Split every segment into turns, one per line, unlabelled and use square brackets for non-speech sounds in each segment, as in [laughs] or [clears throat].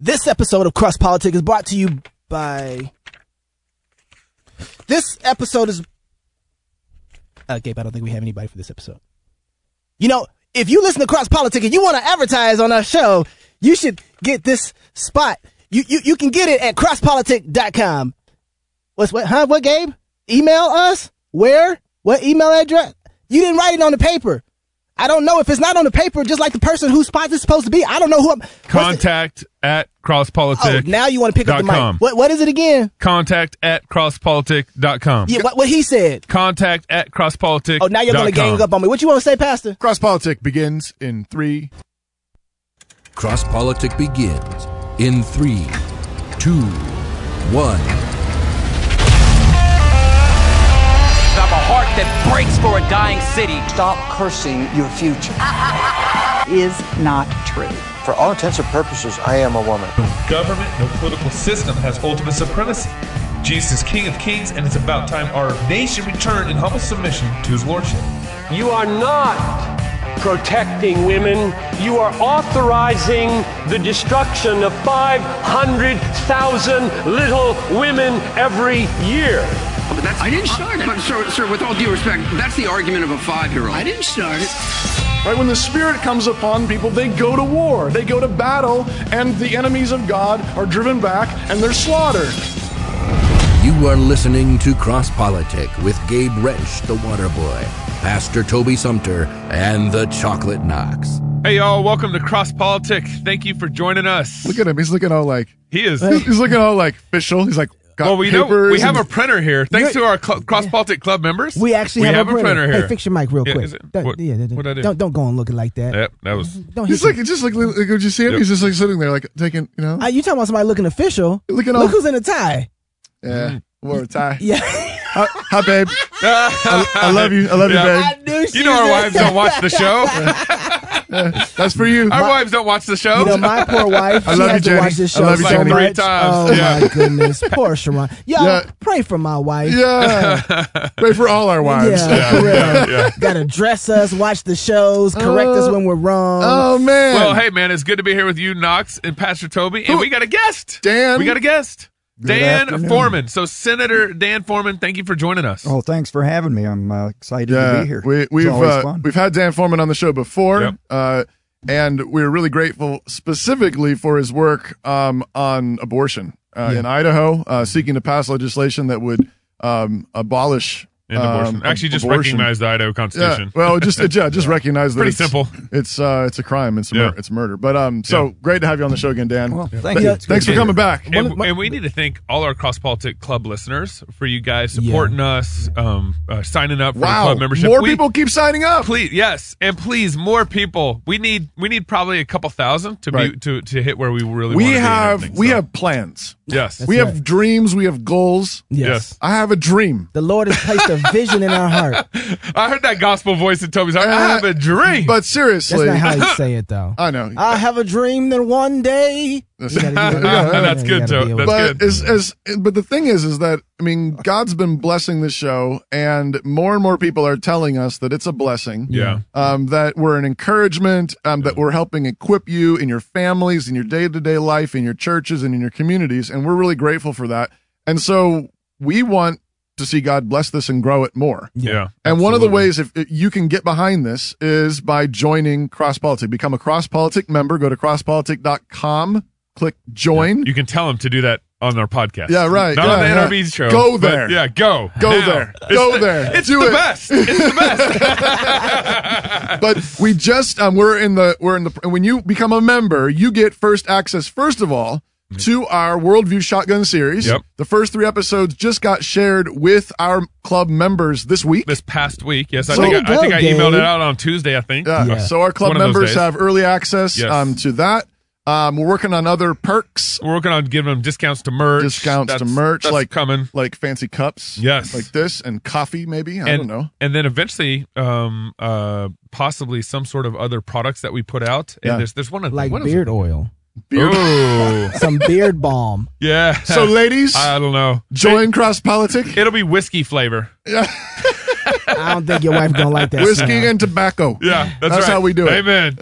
This episode of Cross Politics is brought to you by. This episode is. Uh, Gabe, I don't think we have anybody for this episode. You know, if you listen to Cross Politics and you want to advertise on our show, you should get this spot. You you, you can get it at crosspolitic.com. What's what? Huh? What, Gabe? Email us? Where? What email address? You didn't write it on the paper. I don't know if it's not on the paper, just like the person whose spot is supposed to be. I don't know who I'm. what's the-
Contact at
Oh,
crosspolitic.
now you want to pick up the
dot com.
mic. What, what is it again?
Contact at crosspolitic.com.
Yeah, what, what he said.
Contact at crosspolitic.
Oh, now you're going to gang up on me. What you want to say, Pastor?
Cross Politic begins in three.
Cross Politic begins in three, two, one.
Oh,
I'm a heart that breaks for a dying city.
Stop cursing your future.
[laughs] is not true.
For all intents and purposes, I am a woman.
government, no political system has ultimate supremacy. Jesus is King of Kings, and it's about time our nation returned in humble submission to his lordship.
You are not protecting women. You are authorizing the destruction of 500,000 little women every year.
But that's, I didn't start it. But sir, sir, with all due respect, that's the argument of a five-year-old. I didn't start it.
Right when the Spirit comes upon people, they go to war, they go to battle, and the enemies of God are driven back and they're slaughtered.
You are listening to Cross Politic with Gabe Wrench, the water boy, Pastor Toby Sumter, and the Chocolate Knox.
Hey, y'all. Welcome to Cross Politic. Thank you for joining us.
Look at him. He's looking all like
He is.
he's looking all like official. He's like got
Well, we know
papers
we have a
and-
printer here. Thanks to our cl- Cross Politic Club members.
We actually
We
have,
have
a
a
printer.
printer
Hey,
here.
fix your mic real
Yeah,
quick.
is it-
Don't,
what-
yeah,
what'd I do?
not don't go on looking like that.
Yep, that was.
Don't hit
He's
me.
like just like look, would you see him?
Yep.
He's just like sitting there, like taking you know.
Ah, you talking about somebody looking official?
Looking all-
Look who's in a tie. [laughs]
yeah, wore a tie.
Yeah,
Hi, Uh, hi, babe. I, I love you. I love
Yeah.
you, babe.
I knew she
You know our
was-
wives don't watch the show.
That's for you.
Our wives don't watch the
[laughs]
show.
You know, my poor wife.
I
she
love
has
you,
to
Jenny.
watch this
I
show
love you,
so
Jenny.
much.
Three times.
Oh
Yeah.
my goodness, poor Sharon. Y'all
Yeah.
pray for my wife.
[laughs]
yeah. Pray for all our wives.
Yeah, for real.
yeah, yeah.
Gotta dress us, watch the shows, correct us
Uh,
when we're wrong.
Oh man.
Well, hey, man, it's good to be here with you, Knox, and Pastor Toby. And
Who-
we got a guest.
Dan.
We got a guest. Dan
afternoon. Oh,
Foreman. So, Senator Dan Foreman, thank you for joining us.
Well, thanks for having me. I'm uh, excited to
Yeah,
be here.
we,
It's
we've
always
uh,
fun.
we've had Dan Foreman on the show before,
Yep.
uh, and we are really grateful specifically for his work um, on abortion uh, in Idaho, uh, seeking to pass legislation that would um, abolish
And abortion.
um,
Actually, just
abortion.
recognize the Idaho
Yeah,
Constitution.
well, just uh, yeah,
[laughs]
just recognize that
Pretty
it's,
simple.
It's uh, it's a crime. It's a mur-
Yeah.
it's murder. But um, so
Yeah.
great to have you on the show again, Dan.
Well,
Th-
thank you. It's good
Thanks
to
for
be
coming
here.
back.
and, and we need to thank all our Cross Politic Club listeners for you guys
Yeah.
supporting us, um, uh, signing up for the
Wow,
club membership.
more
We-
people keep signing up.
Please, yes, and please, more people. We need we need probably a couple thousand to be
Right.
to, to hit where we really
We
wanna be and
have
everything,
we
so.
have plans.
yes,
we
right.
have dreams. We have goals.
yes.
yes.
I have a dream.
The Lord has placed a vision in our heart.
I heard that gospel voice in Toby's. heart. I have a dream.
Uh, But
That's
seriously,
not
[laughs]
how you say it, though.
I know.
I have a dream that one
[laughs]
day. You gotta- you gotta-
That's
you
good,
gotta
Joe.
be able-
That's-
but
good.
as, as but the thing is, is that I mean, God's been blessing this show, and more and more people are telling us that it's a blessing.
yeah.
Um, that we're an encouragement, um, that we're helping equip you in your families, in your day to day life, in your churches, and in your communities. And we're really grateful for that. And so we want to see God bless this and grow it more.
Yeah.
And one of the
Absolutely.
ways if if you can get behind this is by joining Cross Politic. Become a Cross Politic member. Go to crosspolitic.com, click join.
You can tell him to do that on our podcast.
Yeah, right,
Not
yeah,
on the NRB
yeah.
show.
Go
but
there.
Yeah, go.
Go
Now.
there.
It's
Go
the-
there.
It's
Do
the
it.
best.
[laughs]
It's the best.
But we just um we're in the we're in the and when you become a member, you get first access first of all to our Worldview Shotgun series.
Mm-hmm. Yep.
The first 3 episodes just got shared with our club members this week.
this past week, yes, I
So-
think I, I think I
There you go,
emailed it
Dave.
out on Tuesday. I think.
Yeah.
Yeah.
Uh, So our club
One of those
members
days.
have early access
Yes.
um to that. Um we're working on other perks
We're working on giving them discounts to merch.
discounts to
That's-
merch,
that's
like
coming.
like fancy cups,
Yes.
like this, and coffee maybe. I
and,
don't know.
and then eventually, um, uh, possibly some sort of other products that we put out. And
Yeah.
there's there's one of
like
one
beard oil,
Of,
[laughs]
Ooh.
some beard balm.
yeah.
So, ladies,
I don't know.
join Cross Politic,
It, will be whiskey flavor.
I don't think your wife gonna like that.
whiskey
smell.
and tobacco.
Yeah, that's,
[laughs] That's
right.
how we do it.
Amen.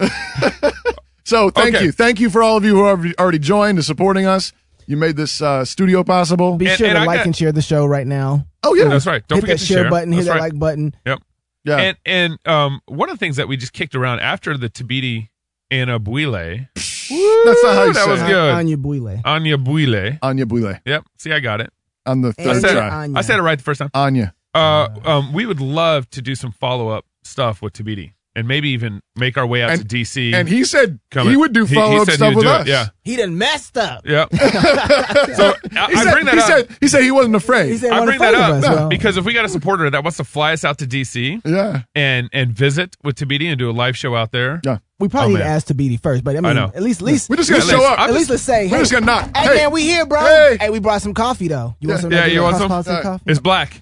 So thank
Okay.
you, thank you for all of you who have already joined and supporting us. You made this uh, studio possible.
Be sure to like and share the show right now.
Oh yeah,
That's right. Don't
hit
forget
that
to
share,
share.
button.
That's
hit that
right.
like button.
Yep.
Yeah.
And and um one of the things that we just kicked around after the Tabiti and Abuile.
That's not how you
That
say
was
it.
good.
Anya Buile.
Anya Buile.
Anya Bule
Yep. See, I got it.
on the
I
third
said,
try.
it. I said it right the first time.
Anya.
Uh, um, we would love to do some follow up stuff with Tabiti and maybe even make our way out
And-
to DC.
And he said
Come
he
in.
would do
He- he
follow up
said he
stuff
would
with
do it.
us.
Yeah.
He done messed up. [laughs]
Yep. so I,
He
I
said,
bring that
he
up.
said he said he wasn't afraid.
He said,
I
"Wanna
bring
fight
that
with
up
us?" Well,
because if we got a supporter that wants to fly us out to DC
yeah.
and and visit with Tabiti and do a live show out there,
Yeah.
we probably
Oh,
need to
man.
ask Tabiti first, but I mean,
know.
at least, at least,
We just gotta
At
show
least-
up.
I'm
at least let's say,
We're
hey,
just gonna knock.
hey, man, we here, bro.
Hey.
we brought some coffee though. You want some?
Yeah,
regular
you want
Cross
some?
Policy
Uh,
coffee?
it's black.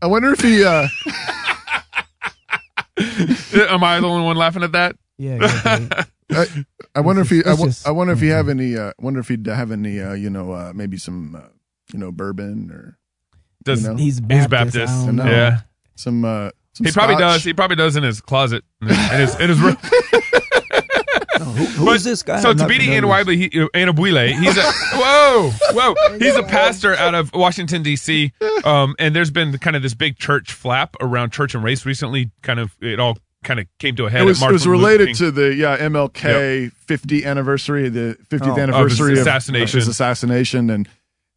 I wonder if he. Uh,
[laughs] Am I the only one laughing at that?
Yeah,
[laughs]
yeah, yeah.
I, I wonder if he. I,
It's
wo-
just- Mm-hmm.
I wonder if he have any. Uh, wonder if he'd have any. Uh, you know, uh, maybe some. Uh, you know, bourbon or
Does
You know?
he's
he's
Baptist.
Baptist?
I don't
know.
Yeah,
some. Uh, some
he probably
scotch.
does. He probably does in his closet, in his in his
[laughs]
room.
Who, who
But-
is this guy?
So
I'm not
Tabiti
familiar.
Anawibile, he, uh, Anabwile, he's
[laughs]
a whoa, whoa, he's a pastor out of Washington D.C. Um, and there's been kind of this big church flap around church and race recently. Kind of it all kind of came to a head.
It
at
was, it
Martin
was
Luther
related
King.
to the yeah MLK 50 anniversary, the 50th
Oh. Of his
anniversary of
assassination.
of his assassination, and,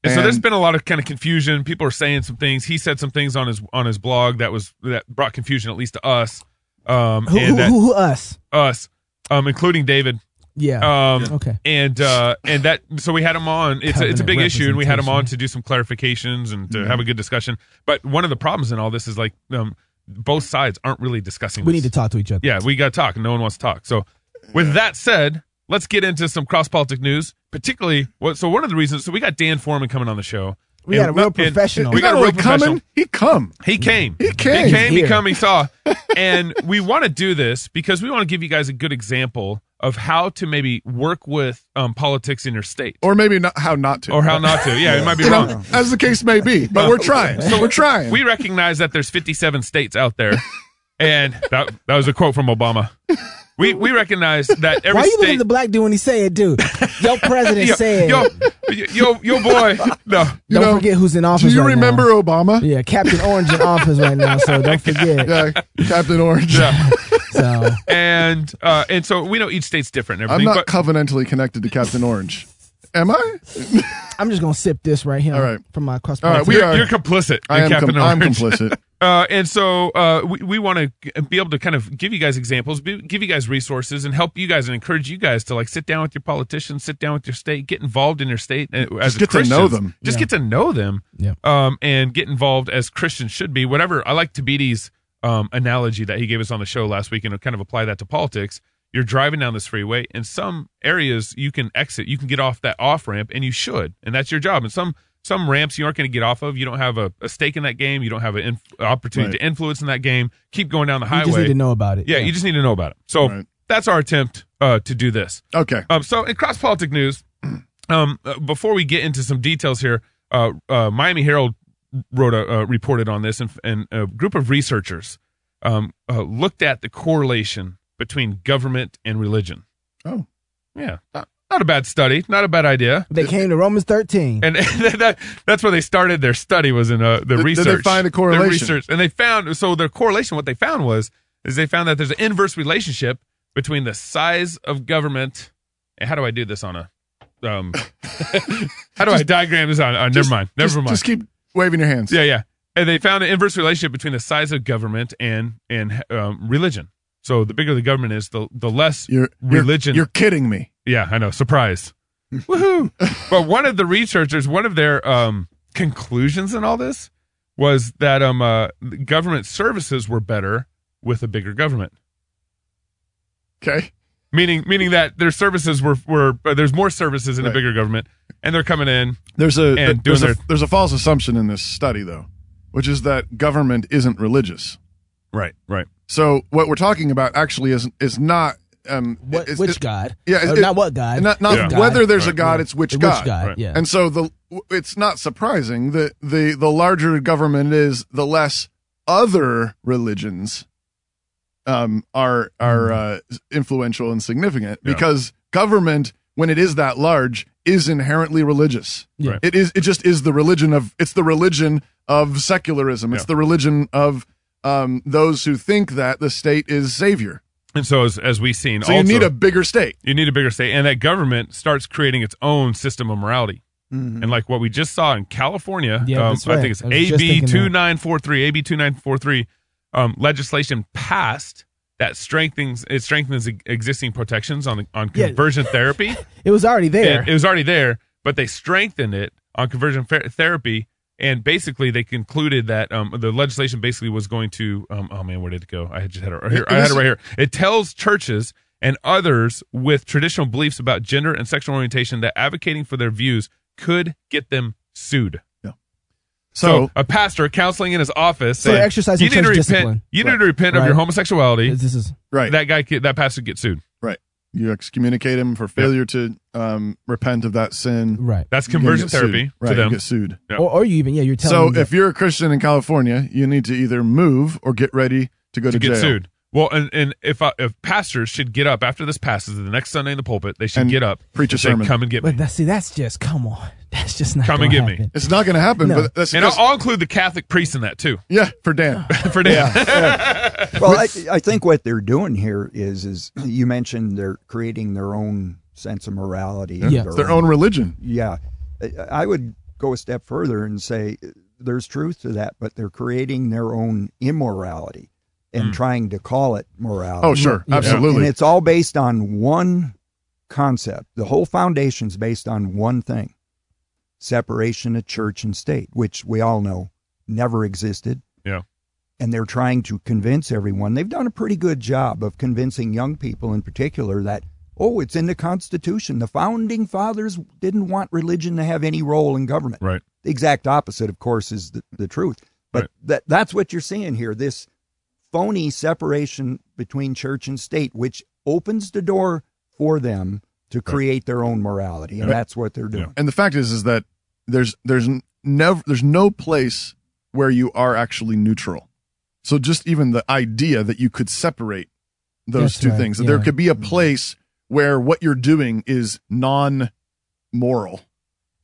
And so
and-
there's been a lot of kind of confusion. People are saying some things. He said some things on his on his blog that was that brought confusion at least to us. Um,
Who,
and
who,
that,
who, who us?
us, um, including David.
Yeah.
Um,
okay.
and uh and that so we had him on it's a, it's a
Covenant
big issue and we had him on
representation.
to do some clarifications and to have a good discussion but one of the problems in all this is like um both sides aren't really discussing
We
this.
need to talk to each other.
yeah we gotta talk and no one wants to talk so with that said let's get into some cross politic news particularly what so one of the reasons so we got dan foreman coming on the show
We got a real professional.
we
He's
got
not
a real
really
professional
coming. He come.
he came.
He came.
He came. He
Here.
come.
[laughs]
He saw. and we want to do this because we want to give you guys a good example of how to maybe work with um, politics in your state
or maybe not how not to,
or how not to. Yeah, it might be
You know,
wrong.
as the case may be. But we're trying. So we're trying.
We recognize that there's 57 states out there, and that that was a quote from Obama. We we recognize that every
Why you
state.
looking at the black dude when he say it,
[laughs]
dude? Your president
yo,
said.
yo, yo, yo, boy. [laughs] No,
don't
know,
forget who's in office.
Do you
right
remember
Now.
Obama?
Yeah, Captain Orange in office right now, so
[laughs]
don't forget.
Yeah, Captain Orange.
So
and uh, and so we know each state's different. And
I'm
everything,
not
but
covenantally connected to Captain Orange. Am I?
I'm just gonna sip this right here.
All right.
From my cross.
All right, we
you're,
are-
you're complicit.
I
in
am.
Captain
com- I'm
Orange.
complicit.
Uh, and so uh, we, we want to be able to kind of give you guys examples, be, give you guys resources, and help you guys and encourage you guys to like sit down with your politicians, sit down with your state, get involved in your state uh, as
Just get to know
Christians.
them.
Just get to know them,
Yeah.
um, and get involved as Christians should be. Whatever I like Tabiti's um, analogy that he gave us on the show last week, and kind of apply that to politics. You're driving down this freeway, and some areas you can exit, you can get off that off ramp, and you should, and that's your job. And some some ramps you aren't going to get off of. You don't have a, a stake in that game. You don't have an inf- opportunity
Right.
to influence in that game. Keep going down the
You
highway.
just need to know about it.
yeah, you just need to know about it. So
Right.
that's our attempt uh, to do this. [laughs]
Okay.
Um, so in cross politic news, [clears throat] um, uh, before we get into some details here, uh, uh, Miami Herald wrote a uh, reported on this, and, and a group of researchers um, uh, looked at the correlation between government and religion.
Oh.
yeah, not, not a bad study, not a bad idea.
They came to Romans 13.
And [laughs] that, that's where they started their study was in uh, the
Did- did they
research.
find a
Their
correlation?
research, and they found so their correlation. What they found was is they found that there's an inverse relationship between the size of government. and How do I do this on a? Um, [laughs] how do I diagram this on? Uh, never
Just-
mind. Never
just-
mind.
Just keep waving your hands.
yeah, yeah. And they found an inverse relationship between the size of government and and um, religion. So the bigger the government is, the the less
You're, you're-
religion.
You're kidding me.
Yeah, I know.
[laughs]
Surprise. Woohoo. But one of the researchers, one of their um, conclusions in all this was that um, uh, government services were better with a bigger government.
Okay.
Meaning, meaning that their services were, were uh, there's more services in a
Right.
bigger government, and they're coming in.
There's a
And
there's
doing
a
their-
there's a false assumption in this study though, which is that government isn't religious.
Right, right.
So what we're talking about actually is is not um
what,
it's-
which
it's-
God?
Yeah, it's-
Or
it's-
not what God.
Not, not
Which God.
whether there's a
Right.
God, it's which
Which
God.
God,
Right.
yeah.
And so the it's not surprising that the the larger government is, the less other
Hmm.
religions um are are uh, influential and significant
Yeah.
because government when it is that large is inherently religious.
Yeah.
It is. It just is the religion of. It's the religion of secularism. It's
Yeah.
the religion of um, those who think that the state is savior.
And so, as, as we've seen,
So you
also-
need a bigger state.
You need a bigger state, and that government starts creating its own system of morality.
Mhm.
And like what we just saw in California,
Yeah,
um,
that's
I
right.
think it's
I was just
AB
thinking that.
two nine four three, AB two nine four three, um, legislation passed that strengthens it strengthens e- existing protections on on
Yeah.
conversion
[laughs]
therapy.
It was already there.
It, it was already there, but they strengthened it on conversion fer- therapy. And basically, they concluded that um, the legislation basically was going to. Um, oh man, where did it go? I just had it right here.
It- it
I had it
is-
right here. It tells churches and others with traditional beliefs about gender and sexual orientation that advocating for their views could get them sued.
Yeah.
So, uh,
So-
a pastor counseling in his office
So
saying,
exercising
"You need
church
to repent.
discipline."
You
Right.
need to repent of
Right.
your homosexuality."
This is
Right.
That guy. could- That pastor could get sued.
Right. You excommunicate him for failure to um, repent of that sin.
Right.
That's
You can
conversion
get sued.
therapy to
Right.
them.
You get sued.
Or, or you even yeah, you're telling.
So
them that-
if you're a Christian in California, you need to either move or get ready to go to,
to get
jail.
sued. Well, and, and if I, if pastors should get up after this passes the next Sunday in the pulpit, they should
And
get up,
preach a
and say,
sermon.
come and get me,
but that's see, that's just come on, that's just not
come and
gonna
get me.
happen.
It's not going to happen.
No.
But that's
and I'll, I'll include the Catholic priests in that too. [laughs]
yeah, for Dan.
For Dan,
well, I, I think what they're doing here is, is you mentioned they're creating their own sense of morality. and
Yeah. It's their own religion.
Yeah, I- I would go a step further and say uh, there's truth to that, but they're creating their own immorality and
Mm.
trying to call it morality.
Oh, sure.
Yeah.
Absolutely.
And it's all based on one concept. The whole foundation's based on one thing: separation of church and state, which we all know never existed
[laughs] Yeah.
and they're trying to convince everyone. They've done a pretty good job of convincing young people in particular that, oh, it's in the Constitution. The founding fathers didn't want religion to have any role in government.
Right.
The exact opposite, of course, is the, the truth. But that, that's what you're seeing here this phony separation between church and state, which opens the door for them to create their own morality. And
Right.
that's what they're doing.
And the fact is, is that there's there's n- never there's no place where you are actually neutral. So just even the idea that you could separate those
That's
two
right,
things, that there
yeah. Mm-hmm.
could be a place where what you're doing is non-moral,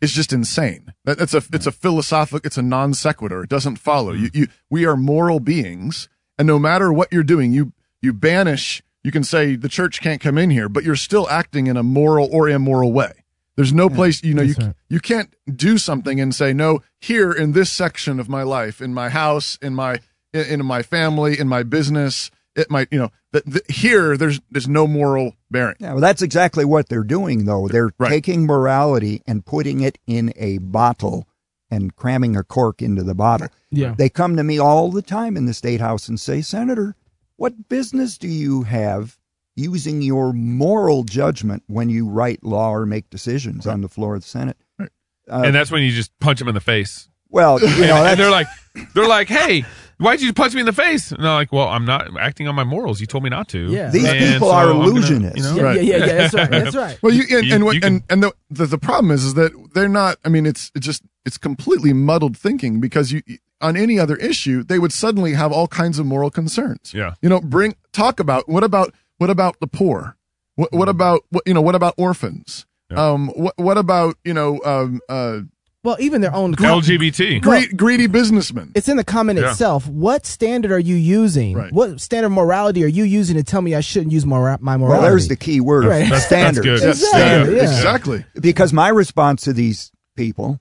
is just insane. That, that's a it's a philosophic, it's a non sequitur. It doesn't follow.
Mm-hmm.
You you we are moral beings, and no matter what you're doing, you you banish. You can say the church can't come in here, but you're still acting in a moral or immoral way. There's no place, you know, you,
that's right.
you can't do something and say, no, here in this section of my life, in my house, in my, in, in my family, in my business, it might, you know, that that here there's, there's no moral bearing.
Yeah, well, that's exactly what they're doing, though. They're
Right.
taking morality and putting it in a bottle and cramming a cork into the bottle.
Yeah.
They come to me all the time in the state house and say, Senator, what business do you have using your moral judgment when you write law or make decisions on the floor of the Senate? Uh,
and that's when you just punch them in the face.
well, you know,
and, [laughs] and
that's-
they're like, they're like, hey, why'd you punch me in the face? And they're like, well, I'm not acting on my morals. You told me not to.
Yeah. These
And
people
so
are
I'm gonna-
illusionists.
you know?
Yeah, yeah, yeah, yeah,
[laughs]
that's right, that's right.
Well, you and
You-
and, what,
you
and, and the, the the problem is is that they're not. I mean, it's it's just it's completely muddled thinking because you on any other issue they would suddenly have all kinds of moral concerns.
Yeah.
you know, bring talk about what about what about the poor? What
Mm-hmm.
what about what you know? What about orphans? Um, what what about you know um uh
well, even their own
LGBT.
Well,
greedy, greedy businessmen?
It's in the comment
Yeah.
itself. What standard are you using?
Right.
What standard of morality are you using to tell me I shouldn't use mora- my morality?
Well, there's the key word
Right. [laughs]
standards.
Exactly. Yeah.
Because my response to these people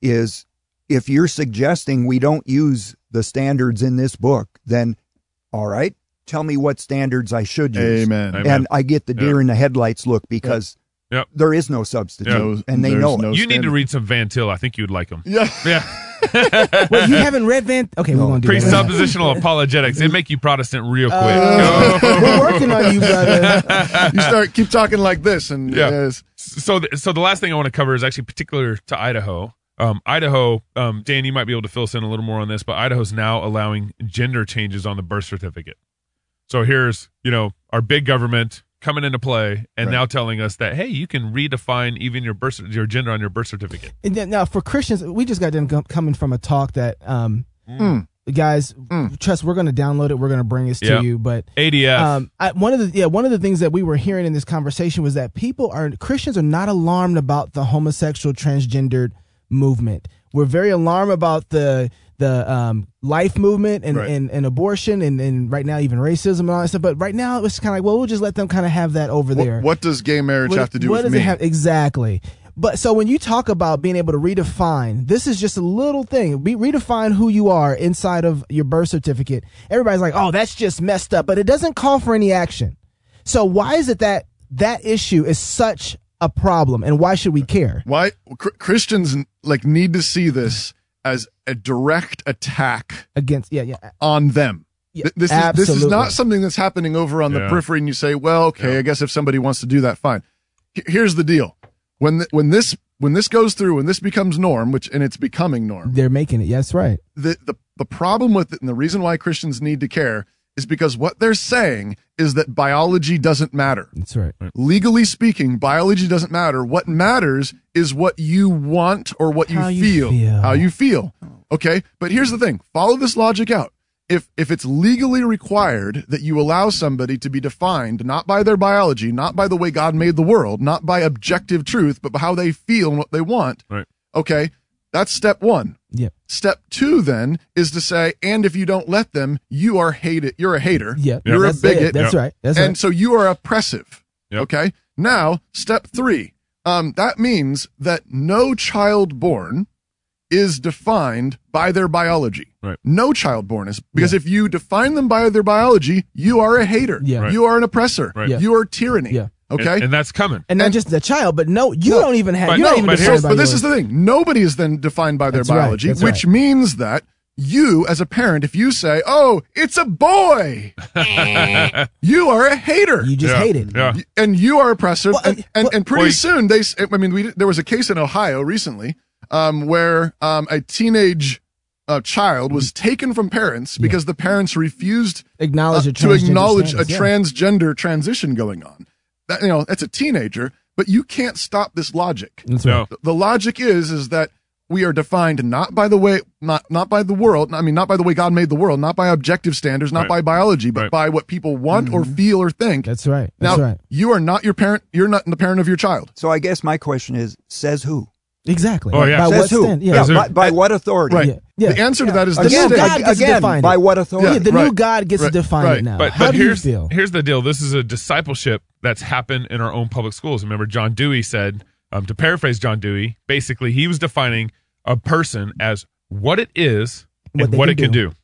is if you're suggesting we don't use the standards in this book, then all right, tell me what standards I should use.
Amen.
And
Amen.
I get the deer
Yeah.
in the headlights look because
Yep.
there is no substitute and they know it.
you need to read some Van Til. I think you'd like him.
Yeah.
Yeah.
Wait, you haven't read Van? Okay, we won't do that.
Presuppositional apologetics. It make you Protestant real quick.
[laughs]
Uh,
Go.
we're working
on you,
brother. you start keep talking like this, and
Yeah.
yes.
So, th- so the last thing I want to cover is actually particular to Idaho. Um, Idaho, um, Dan, you might be able to fill us in a little more on this, but Idaho's now allowing gender changes on the birth certificate. So here's, you know, our big government coming into play and now telling us that hey, you can redefine even your birth cer- your gender on your birth certificate.
Mm.
And then, now for Christians, we just got done com- coming from a talk that um, guys, trust we're going to download it. We're going to bring this
Yeah.
to you. But
ADF.
um, I, one of the yeah, one of the things that we were hearing in this conversation was that people are Christians are not alarmed about the homosexual transgendered movement. We're very alarmed about the the um, life movement and,
Right.
and, and abortion and, and right now even racism and all that stuff. But right now it's kind of like well we'll just let them kind of have that over there.
What does gay marriage
What-
have to do
what
with
does
me?
it have- exactly. But so when you talk about being able to redefine, this is just a little thing. Be, redefine who you are inside of your birth certificate. Everybody's like, "Oh, that's just messed up," but it doesn't call for any action. So why is it that that issue is such a problem, and why should we care?
Why Chr- Christians like need to see this as a direct attack
against yeah yeah
on them.
Yeah,
Th- this is this is
absolutely.
not something that's happening over on the
Yeah.
periphery, and you say, "Well, okay, I guess if somebody wants to do that, fine." H- Here's the deal: when th- when this when this goes through, when this becomes norm, which and it's becoming norm,
They're making it. Yes, right.
the, the the problem with it and the reason why Christians need to care is because what they're saying is that biology doesn't matter.
That's right.
Legally speaking, biology doesn't matter. What matters is what you want or what
How
you,
you
feel,
feel.
how you feel. Okay? But here's the thing. Follow this logic out. If if it's legally required that you allow somebody to be defined not by their biology, not by the way God made the world, not by objective truth, but by how they feel and what they want.
Right.
Okay? That's step 1.
Yeah.
Step two then is to say, and if you don't let them, you are hated. You're a hater.
Yep.
You're
That's
a
it.
bigot.
That's Yep. right. That's
and
right.
so you are oppressive. Okay. Now, step three. Um, that means that no child born is defined by their biology.
Right.
No child born is because if you define them by their biology, you are a hater.
Yeah. Right.
You are an oppressor.
Right. Yeah.
You are tyranny. Yeah. Okay.
And, and that's coming.
And not just the child, but no, you don't even have.
But,
you're not even defined
here's-
by
but this
yours.
is the thing. Nobody is then defined by their
That's right,
biology,
that's
which
right.
means that you, as a parent, if you say, "Oh, it's a boy," you are a hater. You
just Yeah, hate it. yeah.
and you are oppressive. and, and, and pretty
Well, you-
soon, they. s- I mean, we there was a case in Ohio recently um, where um, a teenage uh, child was taken from parents because the parents refused
Mm-hmm.
uh,
Acknowledge a
to
transgender
acknowledge
status,
a
yeah.
transgender transition going on. That, you know, that's a teenager, but you can't stop this logic.
That's right.
The- The logic is is that we are defined not by the way not not by the world, I mean not by the way God made the world, not by objective standards, not by
Right.
biology, but
Right.
by what people want or
Mm-hmm.
feel or think.
That's right. That's
now,
right.
you are not your parent, you're not the parent of your child.
So I guess my question is, says who?
Exactly.
Oh,
Right, By
Says
what
who?
stand-
Says
Yeah.
who?
By, by what authority?
Right. The answer to that is the
Again,
state.
God
uh,
gets to Again, define it. by what authority?
Yeah, the new
right,
God gets
right,
to define
right.
it now.
But,
How
but
do you
here's
feel?
here's the deal. This is a discipleship that's happened in our own public schools. Remember, John Dewey said, um, to paraphrase John Dewey, basically he was defining a person as what it is
What
and
they
what
can
it can
do.
do.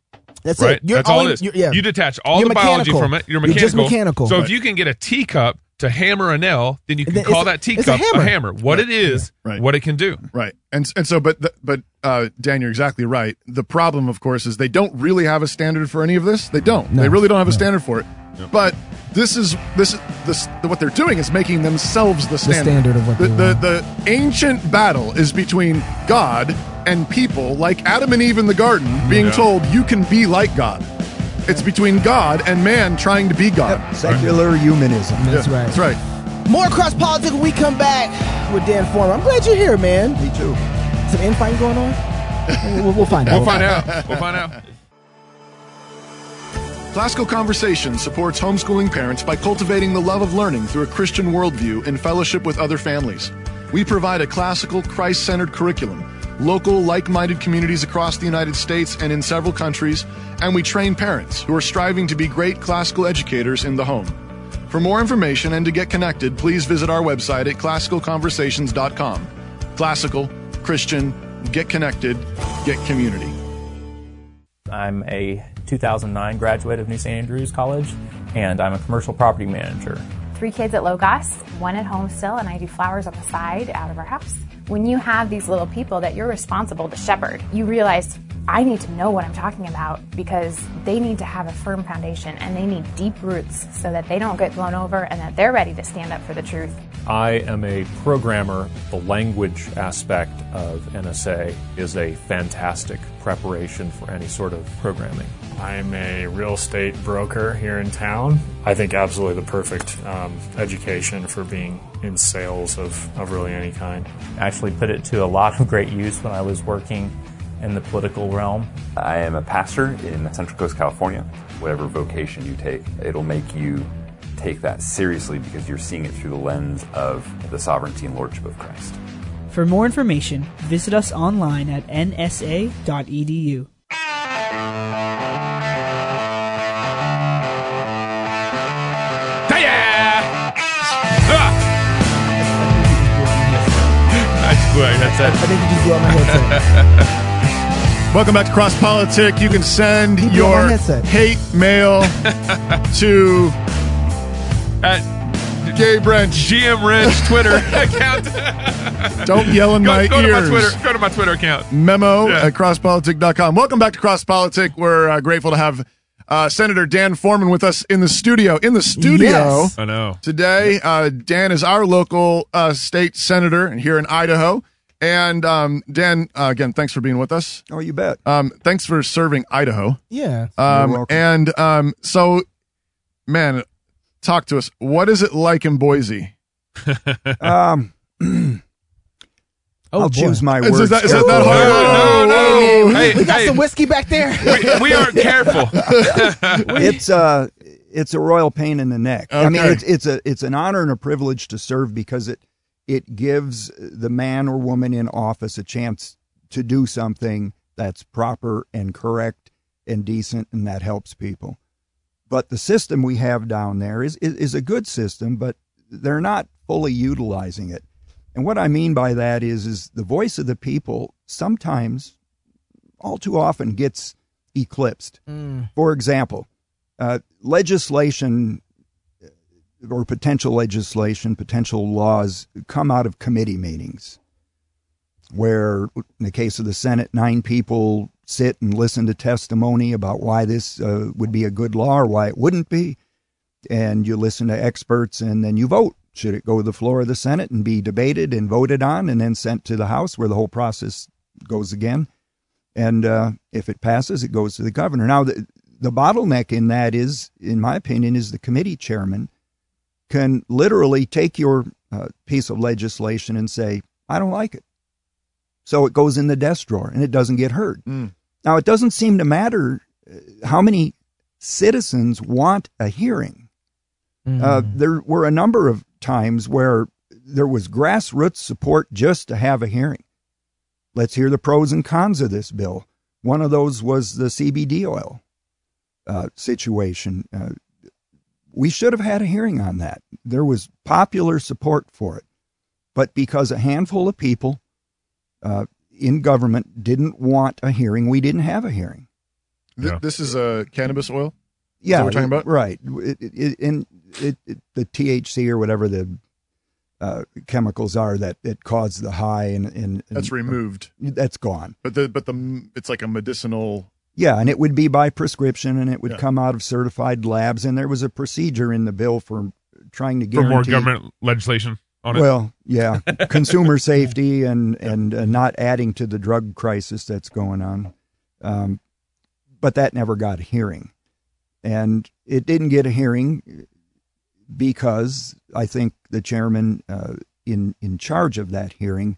That's
right?
it. You're
that's all
only-
it is.
you're- yeah.
You detach all
You're
the biology
mechanical.
from it. You're
You're
mechanical.
just mechanical.
So if
Right.
you can get a teacup to hammer a nail, then you can
Then it's
call
a-
that
it's a
teacup
hammer.
What it is, what it can do.
Right. And and so but the, but uh Dan you're exactly right. The problem of course is they don't really have a standard for any of this. They don't. they really don't have a standard for it. But this is this is this what they're doing is making themselves the standard.
standard of what
the,
they
the,
want.
the ancient battle is between God and people like Adam and Eve in the garden being
Yeah.
told you can be like God. It's between God and man trying to be God.
Secular humanism.
That's
Yeah,
right.
That's right.
More cross politics when we come back with Dan Forman. I'm glad you're here, man.
Me too.
Some infighting going on? We'll, we'll find out.
We'll find out. We'll
[laughs]
find out. Classical Conversation supports homeschooling parents by cultivating the love of learning through a Christian worldview in fellowship with other families. We provide a classical, Christ centered curriculum, local, like minded communities across the United States and in several countries, and we train parents who are striving to be great classical educators in the home. For more information and to get connected, please visit our website at classicalconversations.com. Classical, Christian, get connected, get community.
I'm a 2009 graduate of New St. Andrews College, and I'm a commercial property manager.
Three kids at Logos, one at home still, and I do flowers on the side out of our house. When you have these little people that you're responsible to shepherd, you realize I need to know what I'm talking about because they need to have a firm foundation and they need deep roots so that they don't get blown over and that they're ready to stand up for the truth.
I am a programmer. The language aspect of NSA is a fantastic preparation for any sort of programming.
I'm a real estate broker here in town. I think absolutely the perfect um, education for being in sales of, of really any kind.
I actually put it to a lot of great use when I was working in the political realm.
I am a pastor in Central Coast, California. Whatever vocation you take, it'll make you take that seriously because you're seeing it through the lens of the sovereignty and lordship of Christ.
For more information, visit us online at nsa.edu.
Ah! Nice work, that's it.
I think you just blew out my headset.
Welcome back to Cross Politic. You can send
Keep it on
your
my headset.
hate [laughs] mail to
at
Gay Wrench.
GM Wrench Twitter account.
Don't yell in
go,
my
go
ears.
To my
Mm.
Twitter, go to my Twitter account.
memo
Yeah.
at crosspolitic.com. Welcome back to Cross Politic. We're uh, grateful to have uh, Senator Dan Foreman with us in the studio. In the studio
Yes.
I know.
today, uh, Dan is our local uh, state senator and here in Idaho. And um, Dan, uh, again, thanks for being with us.
Oh, you bet.
Um, thanks for serving Idaho.
Yeah.
You're
Um,
welcome.
and um, so, man, talk to us. What is it like in Boise?
Um,
Oh,
I'll
boy.
choose my
oh, Is,
words.
is that, is that that
carefully.
No,
hard?
no, no. Hey,
we got
hey,
some whiskey back there.
we, we aren't careful.
it's a it's a royal pain in the neck. I mean,
Okay.
it's it's a it's an honor and a privilege to serve because it it gives the man or woman in office a chance to do something that's proper and correct and decent, and that helps people. But the system we have down there is is, is a good system, but they're not fully utilizing it. And what I mean by that is is the voice of the people sometimes all too often gets eclipsed. For example, uh, legislation uh, or potential legislation, potential laws come out of committee meetings where, in the case of the Senate, nine people sit and listen to testimony about why this uh, would be a good law or why it wouldn't be. And you listen to experts and then you vote. Should it go to the floor of the Senate and be debated and voted on and then sent to the House where the whole process goes again? and uh, if it passes, it goes to the governor. Now, the, the bottleneck in that is, in my opinion, is the committee chairman can literally take your uh, piece of legislation and say, "I don't like it," so it goes in the desk drawer and it doesn't get heard. Now, it doesn't seem to matter uh, how many citizens want a hearing. Uh, there were a number of times where there was grassroots support just to have a hearing. Let's hear the pros and cons of this bill. One of those was the CBD oil uh, situation. Uh, we should have had a hearing on that. There was popular support for it. But because a handful of people uh, in government didn't want a hearing, we didn't have a hearing.
Th-
Yeah.
This is uh, cannabis oil?
Yeah,
what we're talking about?
right? It, it, it, and it, it, the THC or whatever the uh, chemicals are that that cause the high and, and, and
That's removed.
that's gone.
But the but the it's like a medicinal.
Yeah, and it would be by prescription, and it would
Yeah.
come out of certified labs. And there was a procedure in the bill for trying to
For
guarantee
more government legislation on it.
Well, yeah,
[laughs]
consumer safety and and uh, not adding to the drug crisis that's going on. Um, but that never got a hearing, and it didn't get a hearing because I think the chairman uh, in in charge of that hearing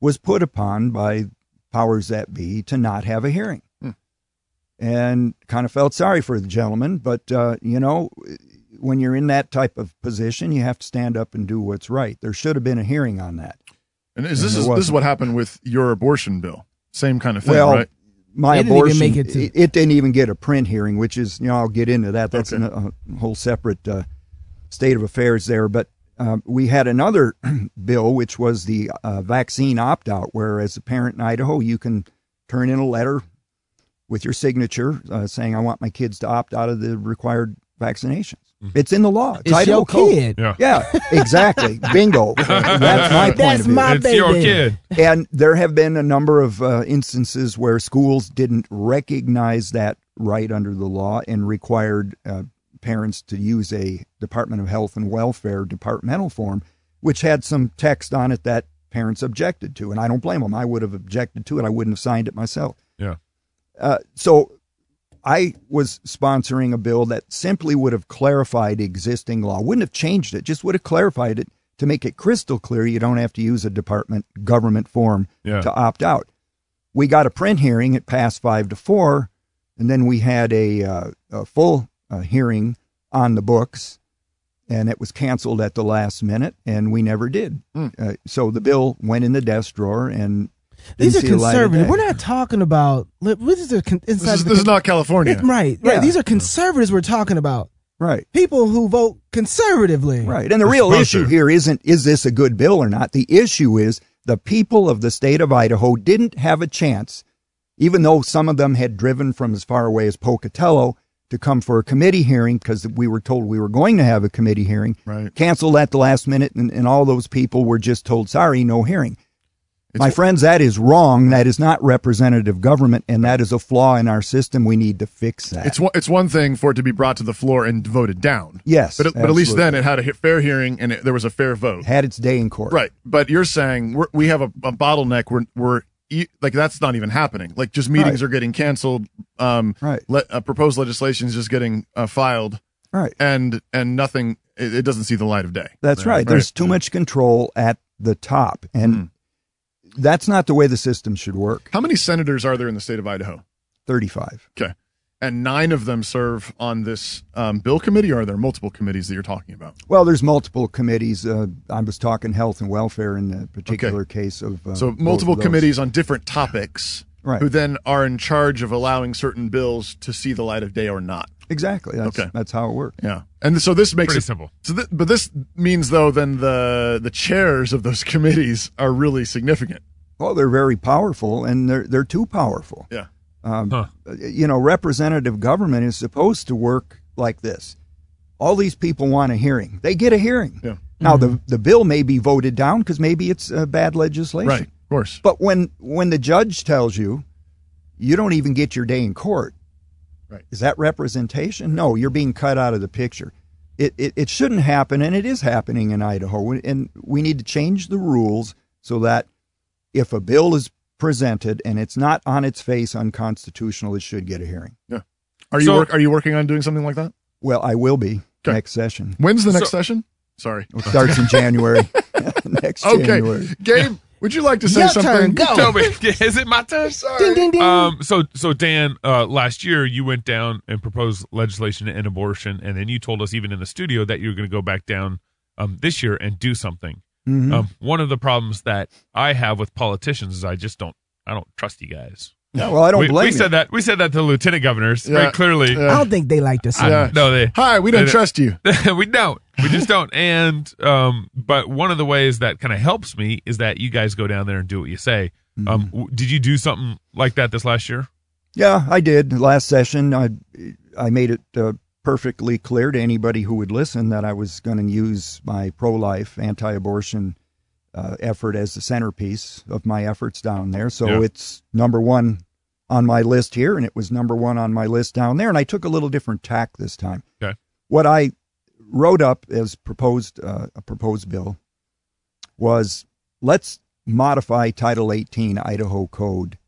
was put upon by powers that be to not have a hearing.
Hmm.
And kind of felt sorry for the gentleman, but uh, you know, when you're in that type of position, you have to stand up and do what's right. There should have been a hearing on that.
And is this
And
is
there
this is what
wasn't.
happened with your abortion bill? Same kind of thing,
well,
right?
my
They didn't even
abortion,
make it to-
it, it didn't even get a print hearing, which is, you know, I'll get into that. That's
Okay.
an- a whole separate uh, state of affairs there. But um, we had another [clears throat] bill, which was the uh, vaccine opt out, where as a parent in Idaho, you can turn in a letter with your signature uh, saying, I want my kids to opt out of the required vaccinations.
Mm-hmm.
It's in the law. It's,
It's
Idaho
your
code.
kid.
Yeah.
Yeah, exactly.
[laughs]
Bingo. That's my point
That's
of view.
my
it's your
baby.
kid.
And there have been a number of uh, instances where schools didn't recognize that right under the law and required uh, parents to use a Department of Health and Welfare departmental form, which had some text on it that parents objected to. And I don't blame them. I would have objected to it. I wouldn't have signed it myself.
Yeah.
Uh, so I was sponsoring a bill that simply would have clarified existing law, wouldn't have changed it, just would have clarified it to make it crystal clear you don't have to use a department government form
Yeah.
to opt out. we got a print hearing at past five to four, and then we had a, uh, a full uh, hearing on the books, and it was canceled at the last minute, and we never did.
Hmm.
Uh, so the bill went in the desk drawer, and
These are
didn't see the light of
conservative.
day.
We're not talking about. li- This is, a con- inside
is-
the
this
con-
is not California.
It- right,
Yeah.
right. These are conservatives we're talking about.
Right.
People who vote conservatively.
Right. And the real issue here isn't is this a good bill or not? The issue is the people of the state of Idaho didn't have a chance, even though some of them had driven from as far away as Pocatello to come for a committee hearing because we were told we were going to have a committee hearing. Right. Canceled at the last minute, and, and all those people were just told, sorry, no hearing. My friends, that is wrong. That is not representative government, and that is a flaw in our system. We need to fix that.
It's one, it's one thing for it to be brought to the floor and voted down.
Yes,
But, it- but at least
absolutely.
then it had a he- fair hearing and it, there was a fair vote.
Had its day in court.
Right. But you're saying we're, we have a, a bottleneck. We're, we're e- like, that's not even happening. Like, just meetings
Right.
are getting canceled. Um,
right.
Let, uh, proposed legislation is just getting uh, filed.
Right.
And, and nothing, it, it doesn't see the light of day.
That's right. There's too much control at the top, and
Hmm.
that's not the way the system should work.
How many senators are there in the state of Idaho?
Thirty-five.
Okay. And nine of them serve on this um, bill committee, or are there multiple committees that you're talking about?
Well, there's multiple committees. Uh, I was talking health and welfare in the particular case of uh,
so
both
multiple
of those.
committees on different topics
Right.
who then are in charge of allowing certain bills to see the light of day or not
Exactly. That's,
Okay.
That's how it works.
yeah and so this makes
Pretty
it
simple.
so thi- but this means though then the the chairs of those [laughs] committees are really significant
Well, they're very powerful, and they're they're too powerful.
yeah
Um, You know, representative government is supposed to work like this. All these people want a hearing. They get a hearing.
Yeah.
Now the the bill may be voted down because maybe it's uh, bad legislation.
right of course
But when when the judge tells you, you don't even get your day in court.
Right.
Is that representation? No, you're being cut out of the picture. It, it it shouldn't happen, and it is happening in Idaho. And we need to change the rules so that if a bill is presented and it's not on its face unconstitutional, it should get a hearing.
yeah are you
So-
work, are you working on doing something like that
Well, I will be next session.
when's the next
So-
session sorry
It starts in January. [laughs] next
okay
January.
gabe would you like to say
Your turn,
something
go. Toby, [laughs] is it my turn?
oh. Sorry.
Um, so, so Dan, uh, last year you went down and proposed legislation to end abortion, and then you told us even in the studio that you were going to go back down um, this year and do something.
Mhm.
Um, one of the problems that I have with politicians is I just don't, I don't trust you guys.
Yeah, well, I don't
we,
blame
we
you.
said that. We said that to the lieutenant governors very clearly.
I don't think they like this.
I- no, they.
Hi, we don't
they-
trust you.
[laughs] we don't. We just don't. And um, but one of the ways that kind of helps me is that you guys go down there and do what you say. Um, w- did you do something like that this last year?
Yeah, I did last session. I I made it uh, perfectly clear to anybody who would listen that I was going to use my pro-life, anti-abortion uh, effort as the centerpiece of my efforts down there. So
Yeah.
it's number one on my list here, and it was number one on my list down there. And I took a little different tack this time.
Okay.
What I wrote up as proposed uh, a proposed bill was let's modify Title 18 Idaho Code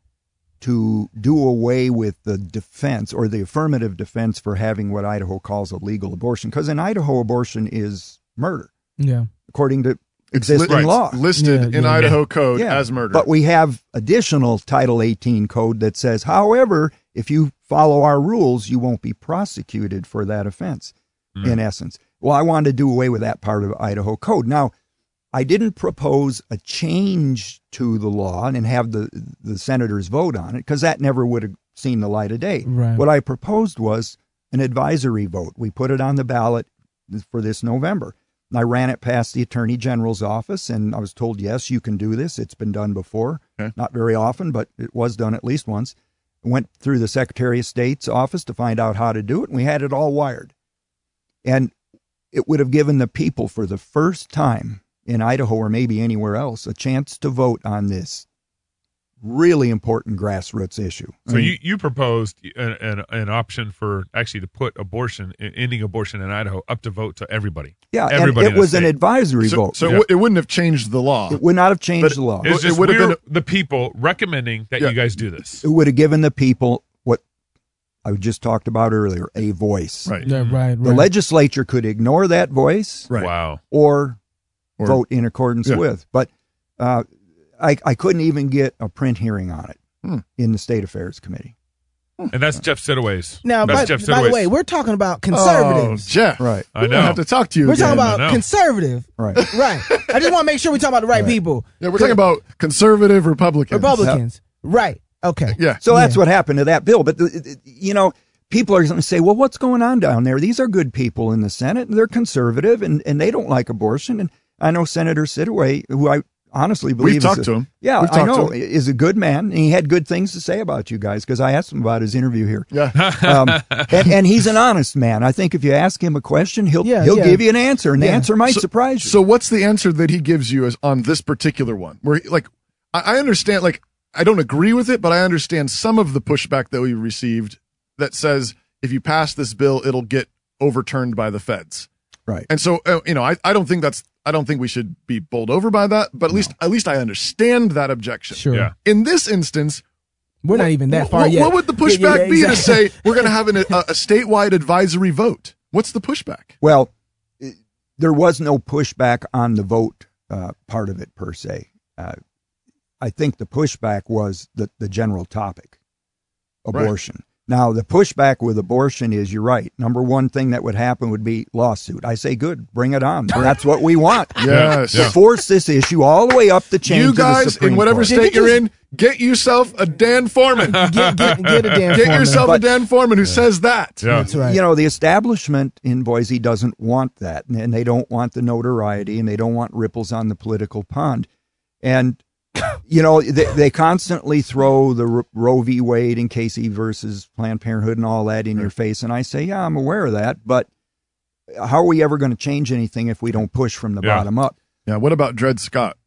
to do away with the defense or the affirmative defense for having what Idaho calls a legal abortion. Because in Idaho, abortion is murder,
Yeah.
according to
It's
existing
li- right,
law.
it's listed Yeah, in yeah. Idaho code as murder.
But we have additional Title 18 code that says, however, if you follow our rules, you won't be prosecuted for that offense,
Hmm.
in essence. Well, I wanted to do away with that part of Idaho code. Now, I didn't propose a change to the law and have the, the senators vote on it because that never would have seen the light of day.
Right.
What I proposed was an advisory vote. We put it on the ballot for this November. And I ran it past the attorney general's office and I was told, yes, you can do this. It's been done before. Not very often, but it was done at least once. Went through the secretary of state's office to find out how to do it and we had it all wired. And it would have given the people for the first time in Idaho or maybe anywhere else a chance to vote on this really important grassroots issue. I
So
mean,
you, you proposed an, an, an option for actually to put abortion, e, ending abortion in Idaho, up to vote to everybody.
yeah, and
everybody. in
it
the
was an
state.
advisory
so,
vote.
so it, wou- it wouldn't have changed the law
It would not have changed
But
the law.
It's just
would have
we're
been
the people recommending that you guys do this.
It would have given the people what I just talked about earlier, a voice.
Right.
Yeah, right,
The
right.
legislature could ignore that voice.
Right.
Wow.
Or,
Or-
vote in accordance
Yeah.
with. But uh, I, I couldn't even get a print hearing on it. in the State Affairs Committee.
And that's Jeff Sidaway's.
Now,
that's
by, by
Jeff
the
Sidaway's.
way, we're talking about conservatives.
Jeff.
Right.
I know.
I have to talk to Oh, you.
we're
again.
talking about conservative.
Right.
[laughs] Right. I just want to make sure we talk about the right, people.
Yeah, we're talking about conservative Republicans.
Republicans. Right. Okay.
Yeah.
So that's what happened to that bill. But the- the, you know, people are going to say, "Well, what's going on down there? These are good people in the Senate, and they're conservative, and, and they don't like abortion." And I know Senator Sidaway, who I honestly believe is
talked
a-
to him.
Yeah,
We've
I
talked to
know
him.
is a good man, and he had good things to say about you guys because I asked him about his
[laughs]
interview here.
Yeah,
um, and, and he's an honest man. I think if you ask him a question, he'll
Yeah,
he'll
yeah.
give you an answer, and the answer might
So-
surprise you.
So what's the answer that he gives you is on this particular one? Where like I, I understand, like I don't agree with it, but I understand some of the pushback that we received that says if you pass this bill, it'll get overturned by the feds.
Right.
And so uh, you know, I, I don't think that's I don't think we should be bowled over by that, but at least at least I understand that objection.
Sure. Yeah.
In this instance,
We're not even that
what,
far
what-
yet.
what would the
Yeah, yeah,
pushback
yeah,
be to
exactly.
say we're going to have an, a, a statewide advisory vote? What's the pushback?
Well, it- there was no pushback on the vote uh, part of it per se. Uh, I think the pushback was the, the general topic
Right.
abortion. Now, the pushback with abortion is you're right. Number one thing that would happen would be lawsuit. I say, good, bring it on. That's what we want.
Yes. [laughs] Yeah.
Force this issue all the way up the chain. to
you
the
guys
Supreme
in whatever
Court.
state you're in, get yourself a Dan Foreman.
[laughs]
Get,
get a Dan
Get
Foreman.
yourself a
But-
Dan Foreman who says that.
You know, the establishment in Boise doesn't want that, and- and they don't want the notoriety, and they don't want ripples on the political pond. And [coughs] you know, they, they constantly throw the Ro- Roe v. Wade and Casey versus Planned Parenthood and all that in your face, and I say, yeah, I'm aware of that, but how are we ever going to change anything if we don't push from the
Yeah.
bottom up?
Yeah. What about Dred Scott?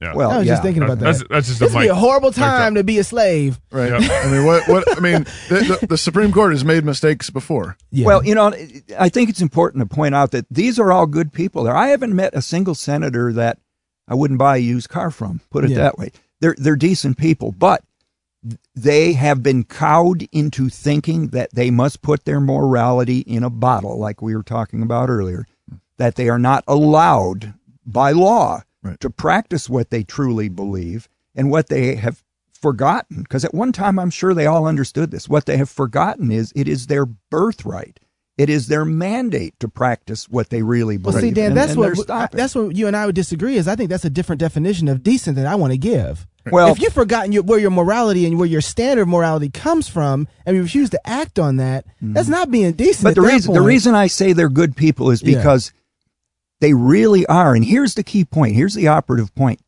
Yeah.
Well,
I was just
yeah.
thinking about that.
That's-
that's just
this would be a horrible time to be a slave.
Right. I mean, what? What? I mean, the, the, the Supreme Court has made mistakes before.
Well, you know, I think it's important to point out that these are all good people there. I haven't met a single senator that I wouldn't buy a used car from, put it
Yeah.
that way. They're they're decent people, but they have been cowed into thinking that they must put their morality in a bottle like we were talking about earlier, that they are not allowed by law to practice what they truly believe and what they have forgotten because at one time I'm sure they all understood this. What they have forgotten is it is their birthright. It is their mandate to practice what they really
Well,
believe.
see, Dan,
and-
that's
and they're
what
stopping.
that's what you and I would disagree is. I think that's a different definition of decent that I want to give.
Well-
if you've forgotten your, where your morality and where your standard morality comes from, and you refuse to act on that,
Mm-hmm.
that's not being decent.
But
at
the
that
reason the
point.
reason I say they're good people is
Yeah.
because they really are. And here's the key point. Here's the operative point.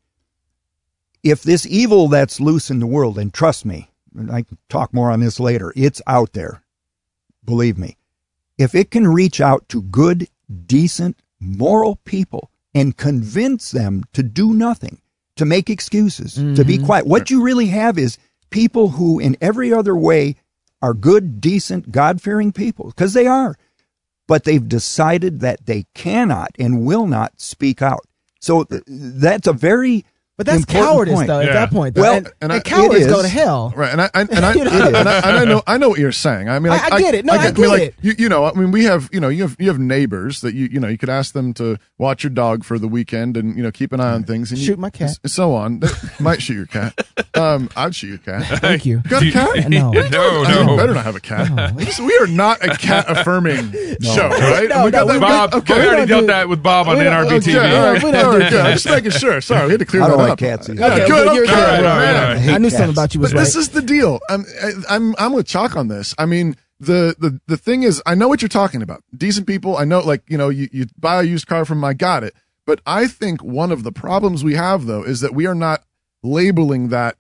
If this evil that's loose in the world, and trust me, and I can talk more on this later, it's out there. Believe me. If it can reach out to good, decent, moral people and convince them to do nothing, to make excuses, to
Mm-hmm.
be quiet, what you really have is people who, in every other way, are good, decent, God fearing people, because they are but they've decided that they cannot and will not speak out. So th- that's a very
But that's
important
cowardice,
point.
though. At that point,
well,
and, and cowards go to hell.
Right, and I and, and
[laughs]
I,
You
and,
know?
I, and I know I know what you're saying. I mean,
I-
like,
I get it. No, I
mean,
get
like,
it.
You, you know, I mean, we have you know you have you have neighbors that you you know you could ask them to watch your dog for the weekend and you know keep an eye on things and you-
Shoot my cat.
and so on. They might shoot your cat. Um, I'd shoot your
[laughs]
cat.
Thank you.
Got
[laughs]
a cat?
No.
What are you
No,
talking-
no.
I better not have a cat. [laughs] This- we are not a cat affirming show, right?
No,
We
no,
got that-
we-
Bob,
okay.
we already
don't
dealt
do-
that with Bob on
we don't-
NRB TV.
Okay, all right,
We don't
all right,
do
good.
that.
I'm just making sure. Sorry, we had to clear
I
that
don't like
up.
cats either.
Yeah,
Okay,
good.
but you're-
okay,
all right,
man.
all right, all right. I hate
I knew something cats. about you was
But this
right.
is the deal. I'm I- I'm I'm with Chalk on this. I mean, the the the thing is, I know what you're talking about. Decent people. I know, like you know, you you buy a used car from them, I got it. But I think one of the problems we have though is that we are not labeling that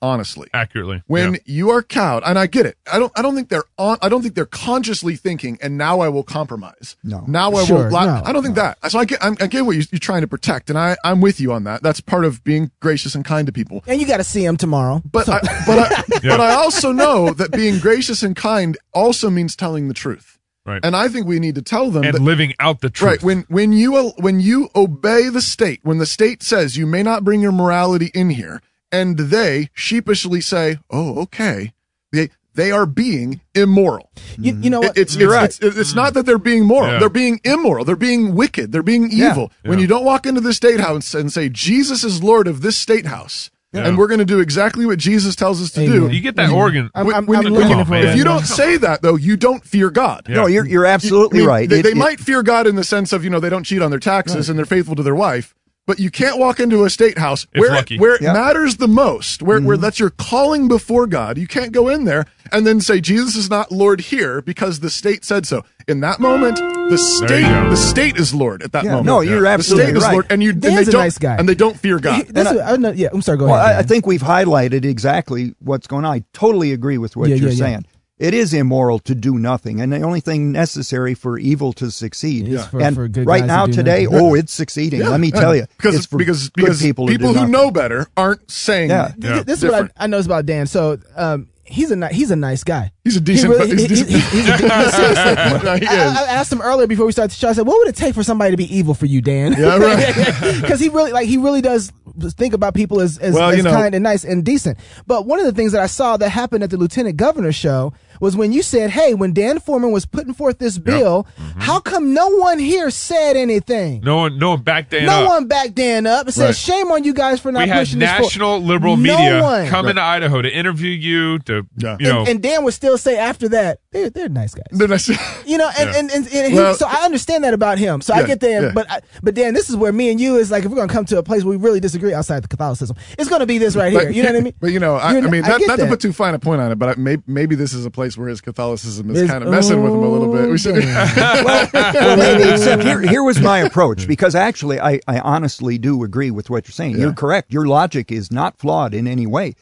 honestly
accurately.
when
yeah.
you are cowed and i get it i don't i don't think they're on i don't think they're consciously thinking and now i will compromise
No.
now i
Sure,
will li-
no,
i don't think that so i get I'm, i get what you, you're trying to protect and i i'm with you on that that's part of being gracious and kind to people
and you got to see him tomorrow. [laughs]
but I, but I, but I also know that being gracious and kind also means telling the truth
Right.
and i think we need to tell them
and
that,
living out the truth.
Right. When when you o- when you obey the state, when the state says you may not bring your morality in here, and they sheepishly say, "Oh, okay," they they are being immoral.
You, you know
It-
what?
it's it's, it's, it's, not that they're being moral; they're being immoral. They're being wicked. They're being
Yeah.
evil. When you don't walk into the state house and say Jesus is Lord of this state house, Yeah. And we're going to do exactly what Jesus tells us to do.
You get that organ.
I'm, I'm,
When-
I'm
when-
looking
come on,
for
man.
it.
if you don't say that though, you don't fear God.
No, you're you're absolutely
I mean,
right.
They,
It-
they
it-
might fear God in the sense of you know they don't cheat on their taxes and they're faithful to their wife, but you can't walk into a state house
If
where
lucky.
where it
Yeah.
matters the most, where
Mm-hmm.
where that's your calling before God. You can't go in there and then say Jesus is not Lord here because the state said so. In that moment, the state
go.
the state is Lord at that
Yeah,
moment.
no, you're absolutely
the state is
right.
Lord, and you and
Dan's
they
a
don't
nice guy.
and they don't fear God.
This is- I know- yeah, I'm sorry. Go
well,
ahead.
I, I think we've highlighted exactly what's going on. I totally agree with what
Yeah,
you're
yeah, yeah.
saying. It is immoral to do nothing, and the only thing necessary for evil to succeed.
It is for-
and
for good
right
guys to
now,
do
today,
nothing.
oh, it's succeeding.
Yeah.
Let me
Yeah.
tell you,
because
it's for
because
good
because
people,
people,
to do
who
nothing.
know better aren't saying
Yeah.
Th- This is
different.
what I, I know about Dan. So um, he's a ni- he's a nice guy.
He's a
He
decent
really-
fu- he's
he-
a decent-
he- he's a de-
[laughs]
no, seriously.
No,
[laughs]
he
I-
is.
I, I asked him earlier before we started the show. I said, "What would it take for somebody to be evil for you, Dan?" [laughs]
Yeah, right.
Because he really like he really does think about people as as,
Well,
as
you know-
kind and nice and decent. But one of the things that I saw that happened at the lieutenant governor show was when you said, "Hey, when Dan Foreman was putting forth this bill,
Mm-hmm.
how come no one here said anything?"
No one, no one back Dan
no
up.
one backed Dan up and said,
Right.
"Shame on you guys for not
we had
pushing this." forward."
national liberal
No
media
one.
come into Idaho to interview you to you know
and, and Dan would still say after that, they're, they're nice guys.
They're nice.
You know, and,
Yeah.
and, and, and he,
Well-
so I understand that about him. So I
Yeah,
get Dan,
yeah.
but I, but Dan, this is where me and you is like if we're gonna come to a place where we really disagree outside the Catholicism, it's gonna be this right here.
But-
You know what I mean?
[laughs] But you know, I,
You're
I
n-
mean,
I
not,
get
not to
that.
put too fine a point on it, but I, may, maybe this is a place where his Catholicism is
There's-
kind of messing with him a little bit. We should. [laughs]
well, maybe, except here, here was my approach because actually I, I honestly do agree with what you're saying. You're correct. Your logic is not flawed in any way.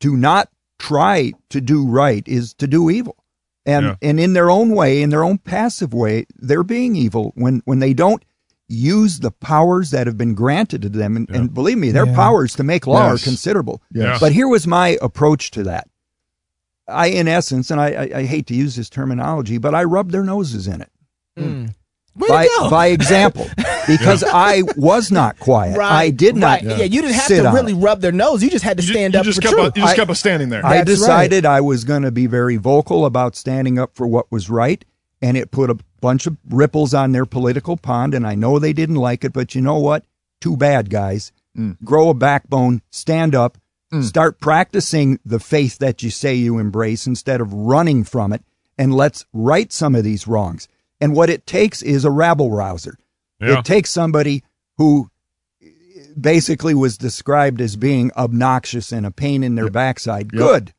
To not try to do right is to do evil. And
Yeah.
and in their own way, in their own passive way, they're being evil when when they don't use the powers that have been granted to them. And, and believe me, their
Yeah.
powers to make law
Yes.
are considerable.
Yes.
But here was my approach to that. I, in essence, and I, I, I hate to use this terminology, but I rubbed their noses in it
Way to
by,
go.
by example
[laughs]
because I was not quiet.
Right,
I did not.
right. Yeah, you didn't have
sit
to
on
really
it.
rub their nose. You just had to stand
you
up
just
for
kept
truth.
on- you just
I-
kept on standing there.
I
That's
decided I was going to be very vocal about standing up for what was right, and it put a bunch of ripples on their political pond. And I know they didn't like it, but you know what? Too bad, guys. Grow a backbone, stand up, start practicing the faith that you say you embrace instead of running from it, and let's right some of these wrongs. And what it takes is a rabble rouser.
Yeah.
It takes somebody who basically was described as being obnoxious and a pain in their backside. Good.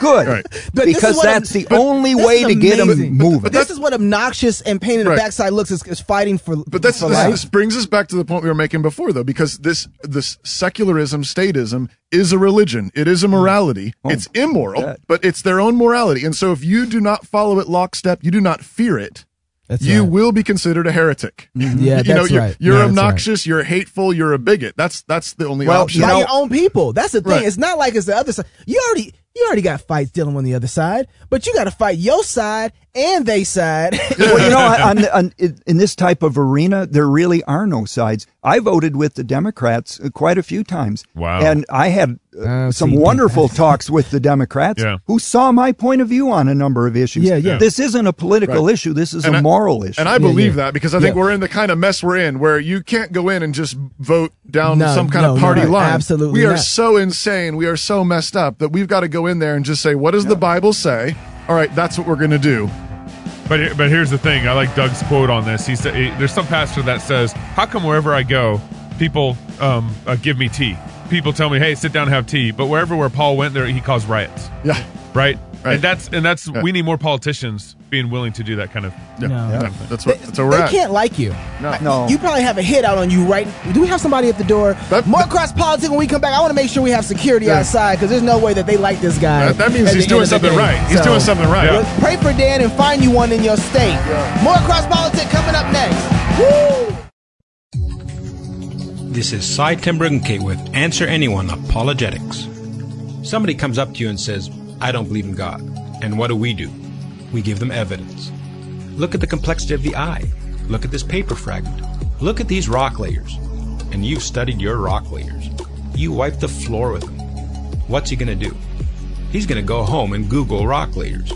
Good.
But this is
Because
what
that's
I'm-
the
but
only
this
way
is
to get
amazing.
them moving.
This is what obnoxious and pain in the
Right.
backside looks is, is fighting for.
But that's
for
this,
life.
this brings us back to the point we were making before, though, because this this secularism, statism is a religion. It
Hmm.
is a morality.
Oh.
it's immoral,
God.
but it's their own morality. And so, if you do not follow it lockstep, you do not fear it.
That's
you
right. Mm-hmm.
will be considered a heretic.
Yeah,
[laughs] you
that's
know, you're,
right.
you're
Yeah, that's
obnoxious. You're hateful. You're a bigot. That's that's the only
Well,
option.
you
by
know-
your own people. That's the thing.
Right.
It's not like it's the other side. You already you already got fights dealing on the other side, but you got to fight your side and they side. [laughs]
well, you know, on, [laughs] on, in in this type of arena, there really are no sides. I voted with the Democrats uh, quite a few times.
Wow.
And I had uh,
Oh,
some
see,
wonderful talks with the Democrats
Yeah.
who saw my point of view on a number of issues.
Yeah, yeah.
This isn't a political
Right.
issue. This is
And
a
I-
moral issue.
And I believe that because I think
Yeah.
we're in the kind of mess we're in where you can't go in and just vote down
No,
some kind
no,
of party
no,
line.
absolutely
We are
not.
so insane. We are so messed up that we've got to go in there and just say, what does the Bible say? All right, that's what we're going to do.
But he- but here's the thing. I like Doug's quote on this. He said, he- "There's some pastor that says, how come wherever I go, people um, uh, give me tea? People tell me, hey, sit down, and have tea.' But wherever where Paul went, there he caused riots,
Yeah.
right?
Right.
And that's and that's
Yeah.
we need more politicians being willing to do that kind of.
Yeah.
No.
Yeah. That's what, that's where we're
they
at.
can't like you. I-
No.
You probably have a hit out on you right. Do we have somebody at the door? More cross politics when we come back. I want to make sure we have security
Yeah.
outside because there's no way that they like this guy.
That- that means
at
he's
the
doing
end of the
something
day.
right. He's doing something right.
Well, Pray for Dan and find you one in your state. More cross politics coming up next. Woo!
This is Cy Timbrunke with Answer Anyone Apologetics. Somebody comes up to you and says, I don't believe in God. And what do we do? We give them evidence. Look at the complexity of the eye. Look at this paper fragment. Look at these rock layers. And you've studied your rock layers. You wipe the floor with them. What's he going to do? He's going to go home and Google rock layers.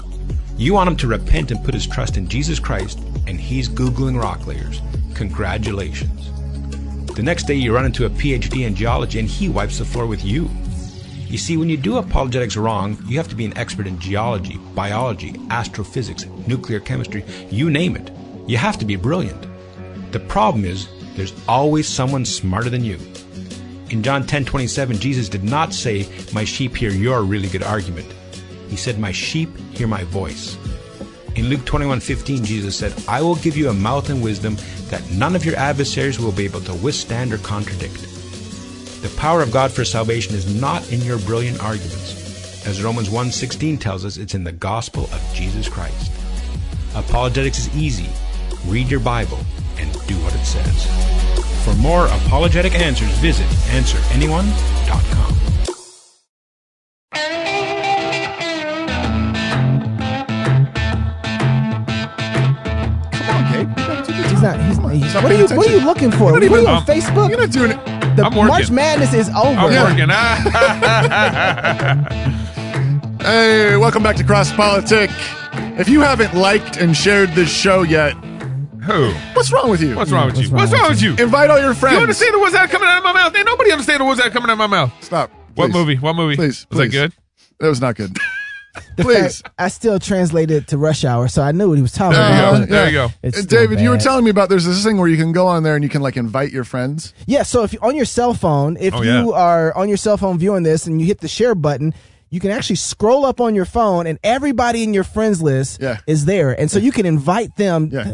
You want him to repent and put his trust in Jesus Christ, and he's Googling rock layers. Congratulations. The next day, you run into a PhD in geology and he wipes the floor with you. You see, when you do apologetics wrong, you have to be an expert in geology, biology, astrophysics, nuclear chemistry, you name it. You have to be brilliant. The problem is, there's always someone smarter than you. In John 10:27, Jesus did not say, "My sheep hear your really good argument." He said, "My sheep hear my voice." In Luke 21:15, Jesus said, "I will give you a mouth and wisdom that none of your adversaries will be able to withstand or contradict." The power of God for salvation is not in your brilliant arguments. As Romans 1:16 tells us, it's in the gospel of Jesus Christ. Apologetics is easy. Read your Bible and do what it says. For more apologetic answers, visit answeranyone.com.
He's not. He's, he's, what, are you, what are you looking for? What are you on
I'm-
Facebook? You're
not doing it.
The
I'm working.
March Madness is over.
I'm working. Ah,
Hey, welcome back to Cross Politic. If you haven't liked and shared this show yet,
[laughs] who?
What's wrong with you?
What's wrong with you? What's wrong with you?
Invite all your friends.
You understand the words that are coming out of my mouth? Ain't nobody understand the words that are coming out of my mouth.
Stop.
What
Please.
movie? What movie?
Please,
Was that
please.
good?
That was not good.
[laughs] The
Please.
fact I still translated to Rush Hour, so I knew what he was talking
Uh,
about.
yeah.
It's
And
still
David, you were
bad.
telling me about there's this thing where you can go on there and you can like invite your friends.
Yeah, so if you on your cell phone, if
Oh,
you
yeah.
are on your cell phone viewing this and you hit the share button, you can actually scroll up on your phone and everybody in your friends list is there. And so you can invite them. Uh,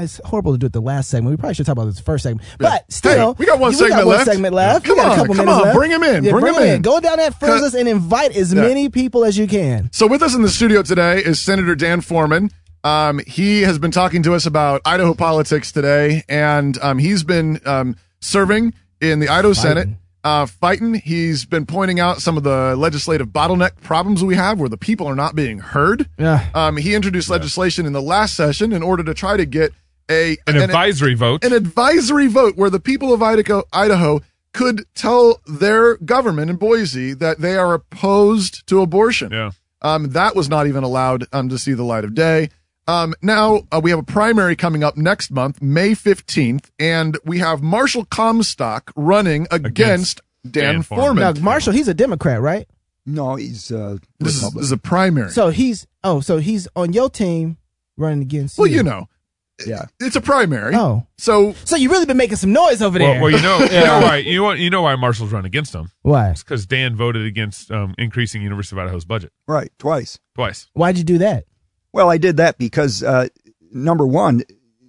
It's horrible to do it the last segment. We probably should talk about this first segment. But still,
Hey, we got one
you-
segment left.
segment left.
Yeah.
We
Come
got a
on,
couple
come
minutes
on,
left.
bring 'em in,
Yeah,
bring 'em in.
Go down that friends
Cut.
list and invite as
Yeah.
many people as you can.
So with us in the studio today is Senator Dan Foreman. Um, he has been talking to us about Idaho politics today, and um, he's been um, serving in the Idaho Senate, uh, fighting. He's been pointing out some of the legislative bottleneck problems we have, where the people are not being heard.
Yeah.
Um, he introduced legislation in the last session in order to try to get a
An advisory vote.
an advisory vote where the people of Idaho, Idaho could tell their government in Boise that they are opposed to abortion.
Yeah.
Um, that was not even allowed um, to see the light of day. Um, now uh, we have a primary coming up next month, May 15th, and we have Marshall Comstock running against, Dan, Foreman.
Now, Marshall, he's a Democrat, right?
No, he's uh,
This is, this is a primary.
So he's, oh, so he's on your team running against
well, you know,
yeah.
it's a primary.
Oh.
So
So you really been making some noise over there.
Well, well, you know, you know why you know, what- you know why Marshall's run against him.
Why?
It's because Dan voted against um, increasing University of Idaho's budget
Right, twice.
twice.
Why'd you do that?
Well, I did that because uh, number one,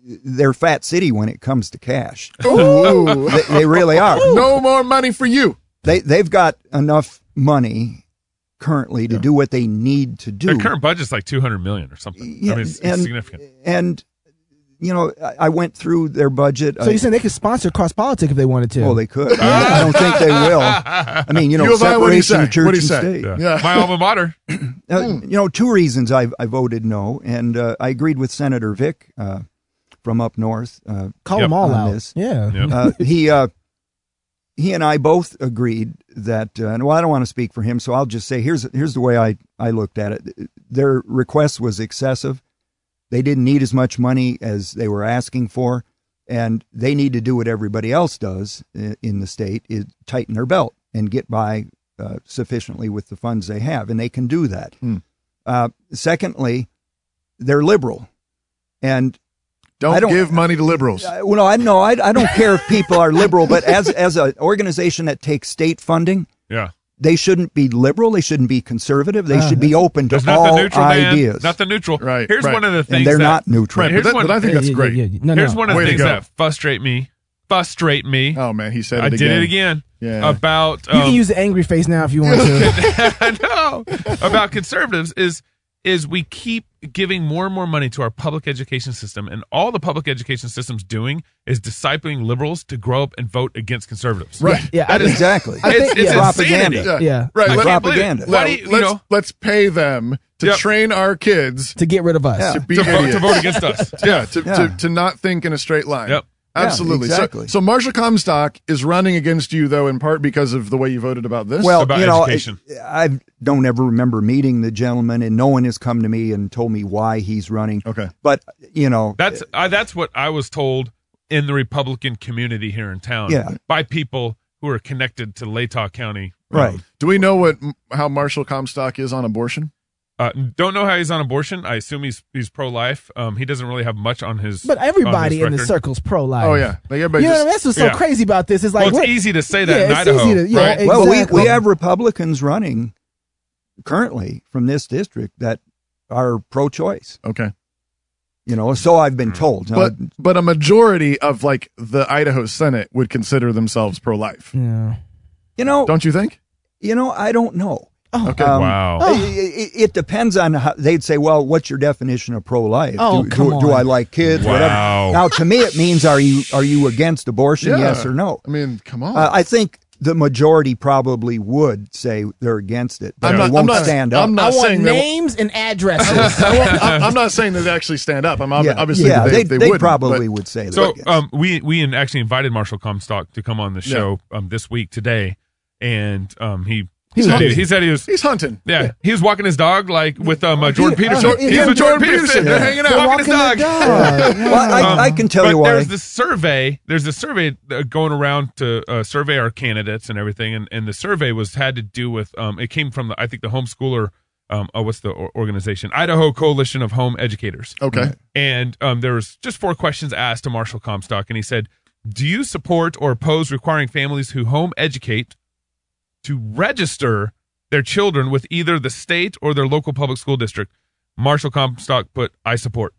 they're fat city when it comes to cash.
Ooh.
they, they really are.
No more money for you.
They they've got enough money currently to do what they need to do.
Their current budget's like two hundred million or something.
Yeah,
I mean, it's,
and-
it's significant.
and you know, I, I went through their budget.
So you're saying they could sponsor cross politic if they wanted to?
Oh, Uh, they could. I don't think they will. I mean,
[laughs]
you know,
You of I, what'd he
separation of
say?
church
What'd
and
he say? Hmm.
state.
Yeah.
My alma mater.
Uh, You know, two reasons I, I voted no, and uh, I agreed with Senator Vick uh, from up north. Uh,
Call 'em Yep. all
on
out.
This.
Yeah. Yep.
Uh, he uh, he and I both agreed that. Uh, and well, I don't want to speak for him, so I'll just say here's here's the way I I looked at it. Their request was excessive. They didn't need as much money as they were asking for, and they need to do what everybody else does i- in the state: is tighten their belt and get by uh, sufficiently with the funds they have, and they can do that.
Hmm.
Uh, secondly, they're liberal, and
Don't,
I don't
give money to liberals.
I- Uh, well, no, I know I, I don't care if people are liberal, but as as an organization that takes state funding,
Yeah.
they shouldn't be liberal. They shouldn't be conservative. They should be open to
There's not
all
the neutral
ideas.
man. Not the neutral. Right. Here's
right.
one of the
And
things
they're
that-
not neutral.
Right,
But
here's
that-
one-
but I think that's Yeah, yeah, great. yeah, yeah. No,
here's
no.
one of the
Way to
things
go.
that frustrate me. Frustrate me.
Oh man, he said
I
it
did
again.
it again.
Yeah.
About
You
um,
can use the angry face now if you want
[laughs]
to.
[laughs] about conservatives is is we keep giving more and more money to our public education system and all the public education system's doing is discipling liberals to grow up and vote against conservatives
Right.
Yeah,
That
I
is-
think- Exactly. I
it's,
think-
it's
yeah.
insanity.
Propaganda. Yeah.
Right.
I
let-
can't believe it. Why do you, you
let's,
know,
let's pay them to
Yep.
train our kids
to get rid of us.
to
Yeah.
be
To vote-
idiots.
to vote against us.
yeah, to,
Yeah.
To, to not think in a straight line. Yep.
Yeah,
Absolutely. So-
exactly.
so, Marshall Comstock is running against you though, in part because of the way you voted about this.
well, you know, I, I don't ever remember meeting the gentleman, and no one has come to me and told me why he's running.
Okay,
but you know,
that's I that's what i was told in the Republican community here in town
Yeah.
by people who are connected to Latah County. Um,
Do we know what how Marshall Comstock is on abortion?
uh, don't know how he's on abortion. I assume he's he's pro life. Um, he doesn't really have much on his.
But
on his
everybody in the
record.
circle's pro life.
Oh, yeah.
Like
you know what I mean? That's what's so
Yeah.
crazy about this. It's like
Well, it's
we're-
easy to say that in
yeah, it's
Idaho,
easy to- yeah,
right?
Well, we,
exactly.
we have Republicans running currently from this district that are pro-choice.
Okay.
You know, so I've
Hmm.
been told. Now,
But but a majority of like the Idaho Senate would consider themselves pro life.
Yeah.
You know,
don't you think?
You know, I don't know.
Oh.
Okay.
um,
Um,
Wow.
oh,
i- i- i- It, depends on how they'd say, well, what's your definition of pro life?
Oh,
do,
come
do, do
on.
I like kids?
Wow.
Whatever. Now, to me, it means are you are you against abortion?
Yeah.
Yes or no?
I mean, come on.
Uh, I think the majority probably would say they're against it, but
I'm
they
not-
won't
I'm not-
stand up.
I'm not I want saying they won't-
names and [laughs]
[laughs]
addresses.
I won't- I'm I'm not saying that they actually stand up. I'm ob-
Yeah.
obviously
Yeah,
they,
they-
they,
they
wouldn't,
probably
but-
would say
So um, we we in- actually invited Marshall Comstock to come on the
Yeah.
show um, this week today, and um, he
He was
said he,
hunting.
said he was
He's hunting.
yeah, he was walking his dog like with um uh, Jordan
He-
Peterson.
uh, he-
He's
him,
with Jordan Peterson. They're hanging out, walking, his dog. [laughs]
well,
Um,
I, I can tell
but
you why.
There's this survey. There's this survey uh, going around to uh, survey our candidates and everything, and, and the survey was had to do with. Um, it came from the I think the homeschooler. Um, oh, what's the or- organization? Idaho Coalition of Home Educators.
Oh.
Okay. Right.
And um, there was just four questions asked to Marshall Comstock, and he said, "Do you support or oppose requiring families who home educate to register their children with either the state or their local public school district?" Marshall Comstock put, "I support."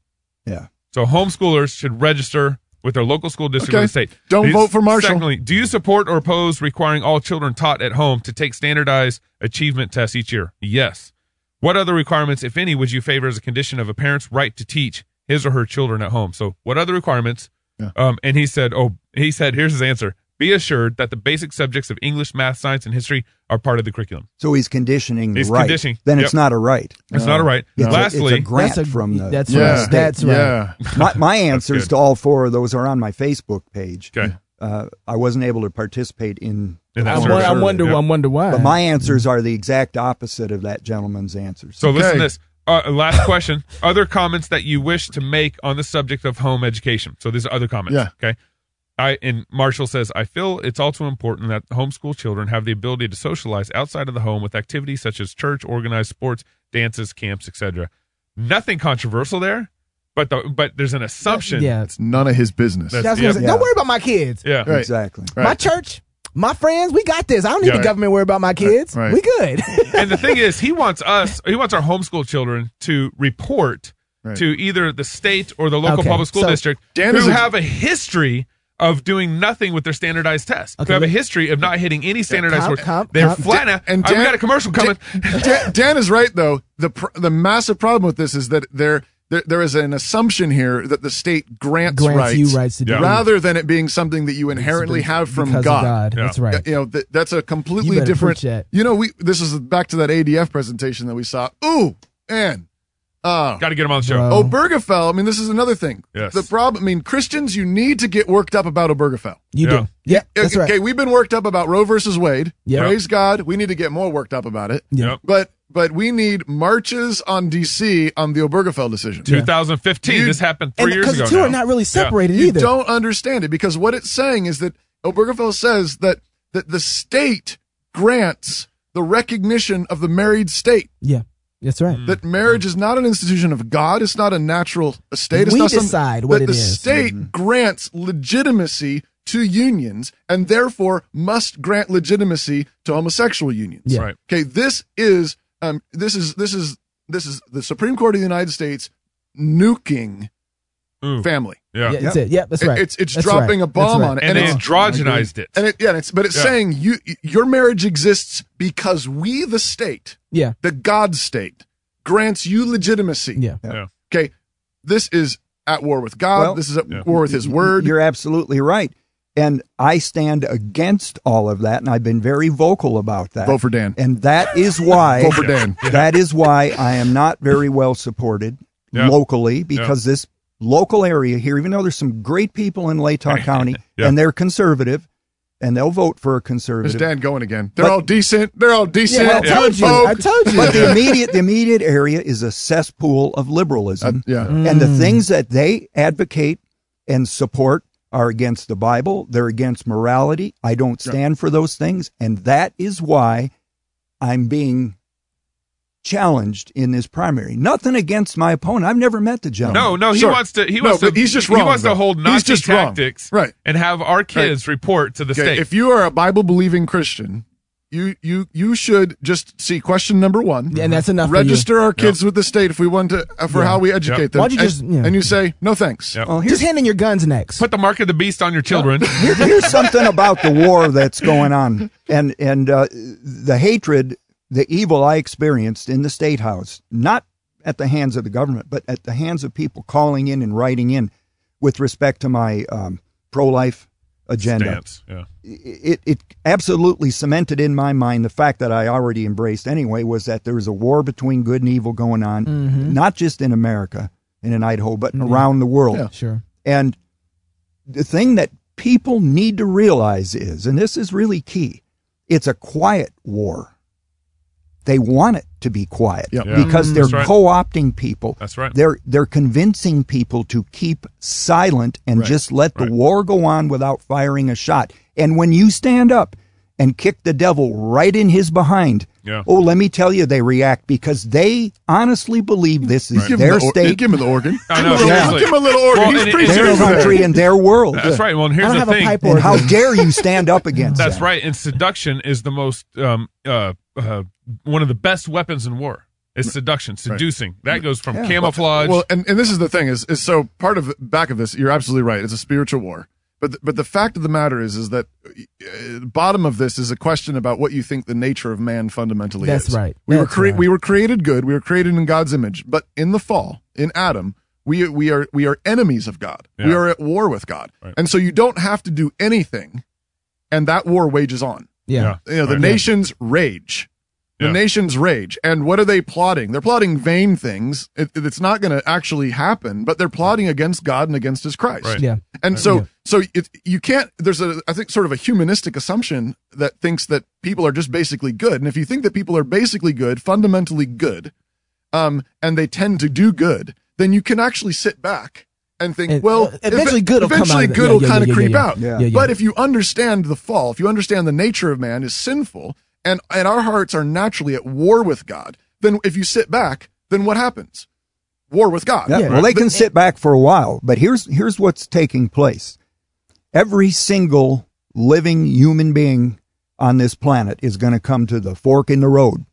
Yeah.
So homeschoolers should register with their local school district
Okay.
or the state.
Don't
Do you-
vote for Marshall.
Secondly, do you support or oppose requiring all children taught at home to take standardized achievement tests each year? Yes. What other requirements, if any, would you favor as a condition of a parent's right to teach his or her children at home? So, what other requirements? Um, and he said, "Oh, he said, here's his answer: Be assured that the basic subjects of English, math, science, and history are part of the curriculum."
so he's conditioning the
He's
right.
conditioning.
Then it's
Yep.
not a right.
It's not a right.
It's, a, it's
Lastly-
a grant
That's a-
from the.
that's
from
right.
the state.
That's right. Yeah.
My, my
That's
answers
good.
to all four of those are on my Facebook page.
Okay.
Uh, I wasn't able to participate in.
In that
the
survey. I wonder- I
wonder why.
But my answers are the exact opposite of that gentleman's answers.
So listen to this. Uh, last question. other comments that you wish to make on the subject of home education. So these are other comments.
Yeah.
Okay. I and Marshall says, I feel it's also important that homeschool children have the ability to socialize outside of the home with activities such as church, organized sports, dances, camps, etc. Nothing controversial there, but the, but there's an assumption.
Yeah.
It's none of his business.
That's what I'm saying. Don't worry about my kids.
Yeah.
Right.
Exactly.
My church, my friends, we got this. I don't need
Yeah,
the
right.
government to worry about my kids.
Right.
We good.
and the thing is, he wants us, he wants our homeschool children to report
Right.
to either the state or the local
Okay,
public school
so-
district
Dan is
who
a-
have a history of doing nothing with their standardized tests.
Okay,
who have a
let-
history of not hitting any standardized
comp,
work.
comp,
They're
comp.
flat out. And
And
we
Dan-
got a commercial coming. [laughs]
Dan, Dan is right though. The pr- the massive problem with this is that there there, there is an assumption here that the state grants,
Grants
rights,
you rights to do Yeah. it.
rather than it being something that you inherently
Because
have from
of
God.
God. That's Yeah. right.
You know that, that's a completely
better
different.
preach that.
You know we this is back to that ADF presentation that we saw. Ooh, man. Uh,
got to get him on the show.
Uh-huh.
Obergefell. I mean, this is another thing.
Yes.
The problem. I mean, Christians, you need to get worked up about Obergefell.
You
Yeah.
do. Yeah. That's
okay,
right.
we've been worked up about Roe versus Wade.
Yeah.
Praise God. We need to get more worked up about it.
Yep.
But but we need marches on DC on the Obergefell decision.
2015.
You-
this happened three
And
years
because
ago.
the two are
now.
not really separated
You
either.
don't understand it because what it's saying is that Obergefell says that that the state grants the recognition of the married state.
Yeah. That's right.
Mm-hmm.
That marriage is not an institution of God. It's not a natural estate. It's
We
not some-
decide what
that
it
the
is.
state
Mm-hmm.
grants legitimacy to unions and therefore must grant legitimacy to homosexual unions.
Yeah.
Right.
Okay. This is um. This is this is this is the Supreme Court of the United States nuking
Ooh.
family.
Yeah.
Yeah, that's it. Yeah, that's right.
It's it's
That's
dropping
right.
a
That's
bomb
right.
on it,
And, they
it's
androgenized it.
and it, yeah, it's but it's
Yeah.
saying you your marriage exists because we, the state,
Yeah.
the God state, grants you legitimacy.
Yeah.
Yeah.
Okay, this is at war with God.
Well-
this is at war with His Word.
You're absolutely right. And I stand against all of that, and I've been very vocal about that.
Vote for Dan.
And that is why
Vote for Dan.
That is why I am not very well supported
Yeah.
locally because this local area here, even though there's some great people in Latah County
[laughs]
Yeah.
and they're conservative and they'll vote for a
There's
conservative.
Dan going again. They're
But-
all decent. They're all decent.
Yeah, I told you.
folk.
I told you.
But the immediate the immediate area is a cesspool of liberalism.
yeah.
Mm.
And the things that they advocate and support are against the Bible, they're against morality. I don't stand for those things. And that is why I'm being challenged in this primary. Nothing against my opponent. I've never met the gentleman.
No, no, he
Sure.
wants to. He
No,
wants
but
to.
he's just
He
wrong,
wants
though.
to hold
He's
Nazi
just wrong.
tactics,
Right.
And have our kids report to the
Okay,
state.
If you are a Bible believing Christian, you you you should just see question number one.
And that's enough for you.
Register our kids with the state if we want to uh, for
Yeah.
how we educate
Yep.
them.
Why don't you
And-
just-
and,
yeah.
you say no thanks.
just hand in your guns next.
Put the mark of the beast on your children.
here's something about the war that's going on and and uh, the hatred the evil i experienced in the state house not at the hands of the government but at the hands of people calling in and writing in with respect to my um, pro-life agenda
Stance, yeah.
it, it absolutely cemented in my mind the fact that I already embraced anyway was that there is a war between good and evil going on,
Mhm.
not just in America and in Idaho, but
Mhm.
around the world.
Yeah. Sure.
And the thing that people need to realize is, and this is really key, it's a quiet war. They want it to be quiet
Yeah.
because
Mhm.
they're
That's right.
co-opting people.
That's right.
They're they're convincing people to keep silent and
Right.
just let the war go on without firing a shot. And when you stand up and kick the devil right in his behind,
Yeah.
oh, let me tell you, they react because they honestly believe this is
Give him
their
the or-
state.
give him the organ.
I
know,
Give him a little-
seriously.
give him a little organ.
Well,
He's
and it-
pretty
it's
their
Here's the
country
thing.
and their world.
That's right. Well, and here's the thing.
and how dare you stand up against
That's
that?
right. And seduction is the most um, uh, uh, one of the best weapons in war. Is seduction, seducing. That goes from
Yeah.
camouflage.
Well, and, and this is the thing is, is so part of back of this, you're absolutely right. It's a spiritual war. But the, but the fact of the matter is is that uh, bottom of this is a question about what you think the nature of man fundamentally
That's
is.
right.
We were
That's
cre-
right.
we were created good. We were created in God's image. But in the fall, in Adam, we we are we are enemies of God. We
Yeah.
are at war with God. And so you don't have to do anything and that war wages on.
Yeah.
You know, the
Right.
nations rage. The
Yeah.
nations rage. And what are they plotting? They're plotting vain things. It, it's not going to actually happen, but they're plotting against God and against his Christ.
Right. Yeah.
And
Right.
so,
Uh, Yeah.
so it, you can't, there's a, I think sort of a humanistic assumption that thinks that people are just basically good. And if you think that people are basically good, fundamentally good, um, and they tend to do good, then you can actually sit back and think,
And,
well,
uh, eventually good will come out of
eventually
it.
good
Yeah,
will
yeah,
kind of
yeah, yeah,
creep
yeah.
out.
Yeah. Yeah, yeah.
But if you understand the fall, if you understand the nature of man is sinful, and and our hearts are naturally at war with God, then if you sit back, then what happens? War with God.
Yeah, well, they can sit back for a while, but here's here's what's taking place. Every single living human being on this planet is going to come to the fork in the road,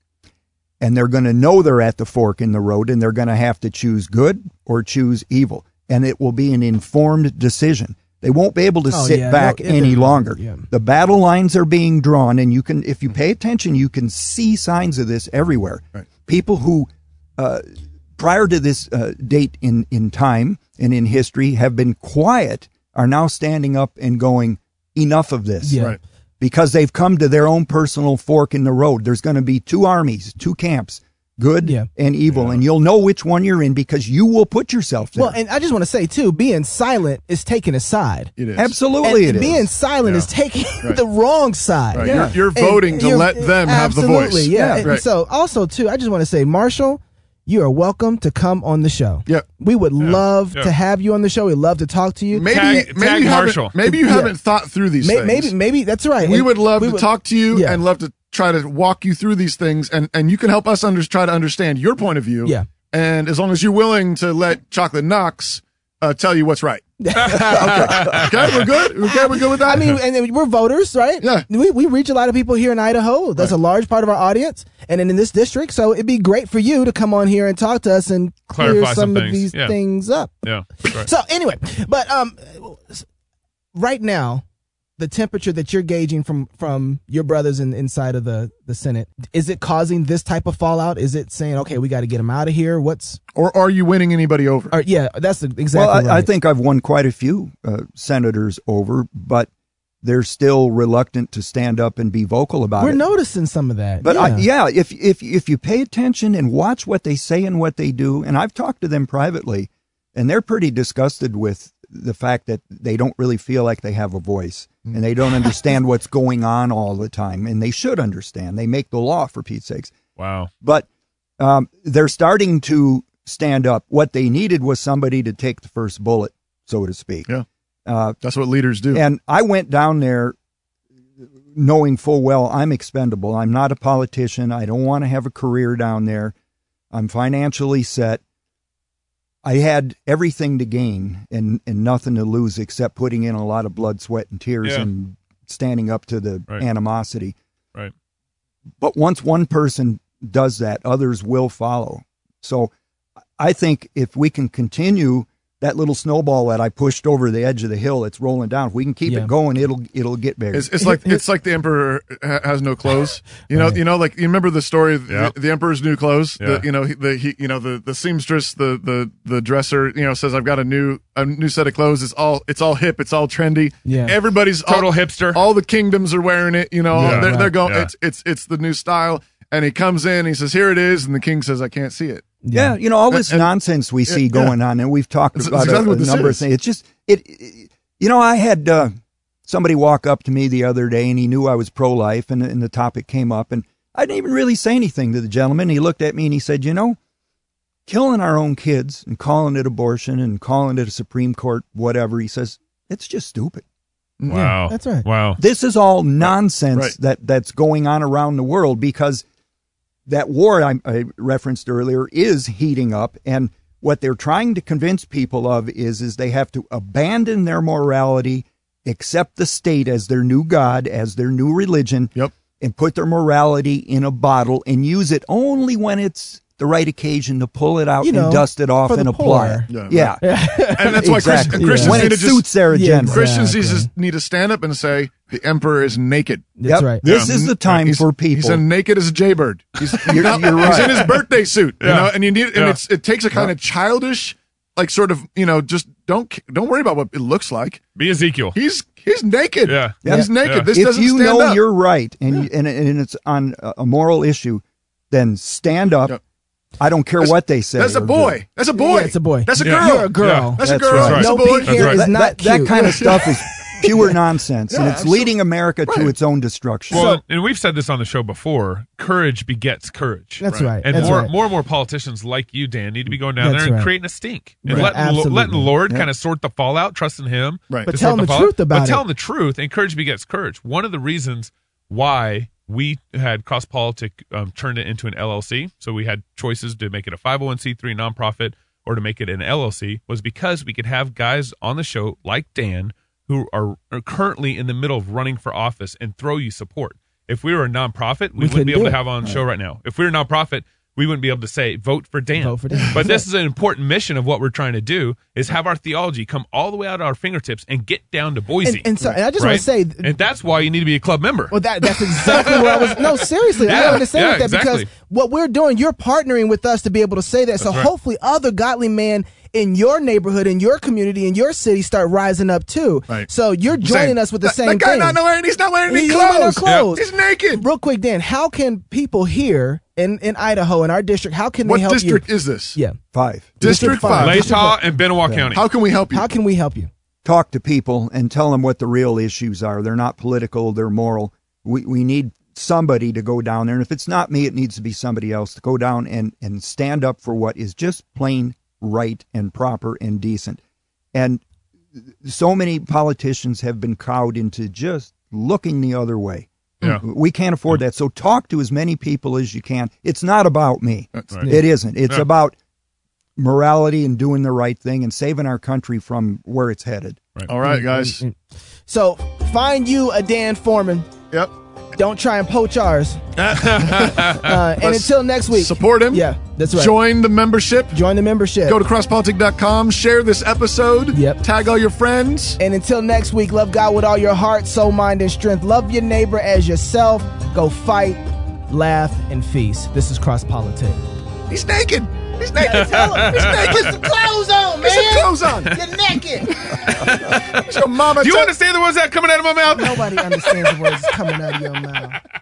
and they're going to know they're at the fork in the road, and they're going to have to choose good or choose evil, and it will be an informed decision. They won't be able to
Oh,
sit
yeah,
back
no, it-
any
it-
longer.
yeah.
The battle lines are being drawn, and you can, if you pay attention, you can see signs of this everywhere. People who uh, prior to this uh, date in, in time and in history have been quiet are now standing up and going, enough of this.
Yeah. Right.
Because they've come to their own personal fork in the road. There's going to be two armies, two camps, good and evil, and you'll know which one you're in because you will put yourself there.
Well, and I just want to say too, being silent is taking a side.
It is.
Absolutely
and
it is.
being silent is taking
Right.
the wrong side.
Right. You're- you're voting to let them have the voice.
absolutely, Yeah.
Yeah.
And
Right.
So also too, I just want to say, Marshall, you are welcome to come on the show.
Yeah.
We would love
Yeah.
to have you on the show. We'd love to talk to you.
Maybe maybe you haven't maybe you
Yeah.
haven't thought through these
May-
things.
Maybe maybe that's right.
we
And
would love to talk to you
Yeah.
and love to try to walk you through these things and and you can help us under, try to understand your point of view
Yeah.
and as long as you're willing to let chocolate knox uh, tell you
[laughs]
what's right okay we're good okay we're good with
I
that
mean, and then we're voters, right? Yeah. We, we reach a lot of people here in Idaho. That's a large part of our audience, and in, in this district. So it'd be great for you to come on here and talk to us and clear
Clarify
some,
some
of
things.
these
Yeah.
things up.
yeah. Right.
So anyway, but um, right now, the temperature that you're gauging from from your brothers in, inside of the the Senate is it causing this type of fallout? Is it saying, okay, we got to get them out of here? What's
or are you winning anybody over
or, yeah, that's the- exactly.
well, I, I
right.
think I've won quite a few uh, senators over, but they're still reluctant to stand up and be vocal about
we're
it.
noticing some of that.
But uh,
yeah.
I, yeah, if if if you pay attention and watch what they say and what they do, and I've talked to them privately, and they're pretty disgusted with the fact that they don't really feel like they have a voice and they don't understand what's going on all the time, and they should understand. They make the law for Pete's sakes.
Wow.
But um, they're starting to stand up. What they needed was somebody to take the first bullet, so to speak.
Yeah.
Uh,
That's what leaders do.
And I went down there knowing full well I'm expendable. I'm not a politician. I don't want to have a career down there. I'm financially set. I had everything to gain and, and nothing to lose except putting in a lot of blood, sweat, and tears
Yeah.
and standing up to the
Right.
animosity.
Right.
But once one person does that, others will follow. So I think if we can continue that little snowball that I pushed over the edge of the hill, it's rolling down. If we can keep
Yeah.
it going, it'll it'll get bigger.
It's, it's like it's like the emperor ha- has no clothes. You know,
Right.
you know, like you remember the story of
Yeah.
the, the emperor's new clothes.
Yeah.
The, you know, he, the he, you know the the seamstress, the the the dresser, you know, says I've got a new a new set of clothes. It's all it's all hip. It's all trendy.
Yeah.
everybody's
Total
all,
hipster.
All the kingdoms are wearing it. You know,
Yeah.
they're, they're
Right.
going.
Yeah.
It's it's it's the new style. And he comes in, he says, "Here it is," and the king says, "I can't see it."
Yeah, you know all this
And- and-
nonsense we see
Uh, Yeah, yeah.
going on, and we've talked
That's-
about
that's
a-
exactly
a,
what this
number
is.
of things. It's just it, it- You know, I had uh, somebody walk up to me the other day, and he knew I was pro-life, and, and the topic came up, and I didn't even really say anything to the gentleman. He looked at me and he said, "You know, killing our own kids and calling it abortion and calling it a Supreme Court whatever," he says, "It's just stupid."
Wow. That's right. Wow.
This is all nonsense
Right.
that that's going on around the world because that war I, I referenced earlier is heating up, and what they're trying to convince people of is is they have to abandon their morality, accept the state as their new god, as their new religion,
yep.
and put their morality in a bottle and use it only when it's the right occasion to pull it out
You know,
and dust it off
for the
and apply.
poor.
it.
Yeah.
Yeah,
and that's why Christ-
Exactly.
Christians
when
need
it
to just-
suits their agenda.
Christians need to- need to stand up and say the emperor is naked.
That's Yep. right. This is the time
He's-
for people.
He's as naked as a jaybird. He's,
[laughs] You're-
no,
you're
he's in
right.
his birthday suit, you
Yeah.
know. And you need, and
Yeah.
it's it takes a kind of childish, like sort of you know, just don't c- don't worry about what it looks like.
Be Ezekiel.
He's he's naked.
Yeah.
he's
Yeah.
naked.
Yeah.
This
if
doesn't
you
stand
know
up.
you're right and, and and it's on a a moral issue, then stand up. I don't care what they say.
That's a
or
boy.
do.
That's a boy.
That's a boy.
That's a
Yeah.
girl.
You're a girl. Yeah.
That's,
That's
a girl.
right.
That's a
No
boy.
pink hair That's is right. not That- that cute. kind of stuff is Pure nonsense, and
Yeah,
it's leading America to its own destruction.
Well, and we've said this on the show before. Courage begets courage.
That's right.
And
That's
more,
right.
more and more politicians like you, Dan, need to be going down
That's
there and
right.
creating a stink and
Right.
letting lo- letting
Absolutely.
Lord
Yeah.
kind of sort the fallout, trusting Him.
Right.
to
But
sort
tell 'em the
fallout.
truth about
But tell
it.
them the truth, and courage begets courage. One of the reasons why we had cross politic um, turned it into an LLC, so we had choices to make it a five hundred one c three nonprofit or to make it an LLC, was because we could have guys on the show like Dan who are, are currently in the middle of running for office and throw you support. If we were a nonprofit, we,
We
wouldn't be
couldn't
able
do
to
it.
have on the show right now. If we were a nonprofit, we wouldn't be able to say vote for Dan.
Vote for Dan.
But this is an important mission of what we're trying to do is have our theology come all the way out of our fingertips and get down to Boise.
And- and so- and I just wanna say-
and that's why you need to be a club member.
Well, that, that's exactly what I was. No, seriously, I
Yeah,
don't understand
yeah,
with that
exactly.
because what we're doing, you're partnering with us to be able to say that. So
That's right.
hopefully, other godly men in your neighborhood, in your community, in your city, start rising up too.
Right.
So you're joining
Same.
us with the
That-
same
that guy
thing.
not wearing- he's not wearing any
He's not wearing no
clothes. Yep.
clothes.
He's naked.
Real quick, Dan, how can people here in in Idaho in our district? How can
What
they help
district
you?
is this?
Yeah,
five.
District five.
Latah
District five.
and Benoit County.
How can we help you?
How can we help you?
talk to people and tell them what the real issues are. They're not political, they're moral. We, we need somebody to go down there. And if it's not me, it needs to be somebody else to go down and, and stand up for what is just plain right and proper and decent. And so many politicians have been cowed into just looking the other way.
Yeah.
We can't afford that. So talk to as many people as you can. It's not about me.
right.
It isn't. It's
Yeah.
about morality and doing the right thing and saving our country from where it's headed.
All right, guys.
So find you a Dan Foreman.
Yep.
Don't try and poach
[laughs]
ours. Uh, and
Let's
until next week,
support him.
Yeah, that's right.
Join the membership.
Join the membership.
Go to crosspolitic.com, share this episode. Yep. Tag all your friends.
And until next week, love God with all your heart, soul, mind, and strength. Love your neighbor as yourself. Go fight, laugh, and feast. This is Cross Politic.
He's naked. He's naked.
tell him. He's
[laughs]
naked.
Put some
clothes on,
Put some
man. [laughs]
clothes on.
You're naked.
Your mama
Do you
tell-
understand the words that are coming out of my mouth?
Nobody understands the words coming out of your mouth.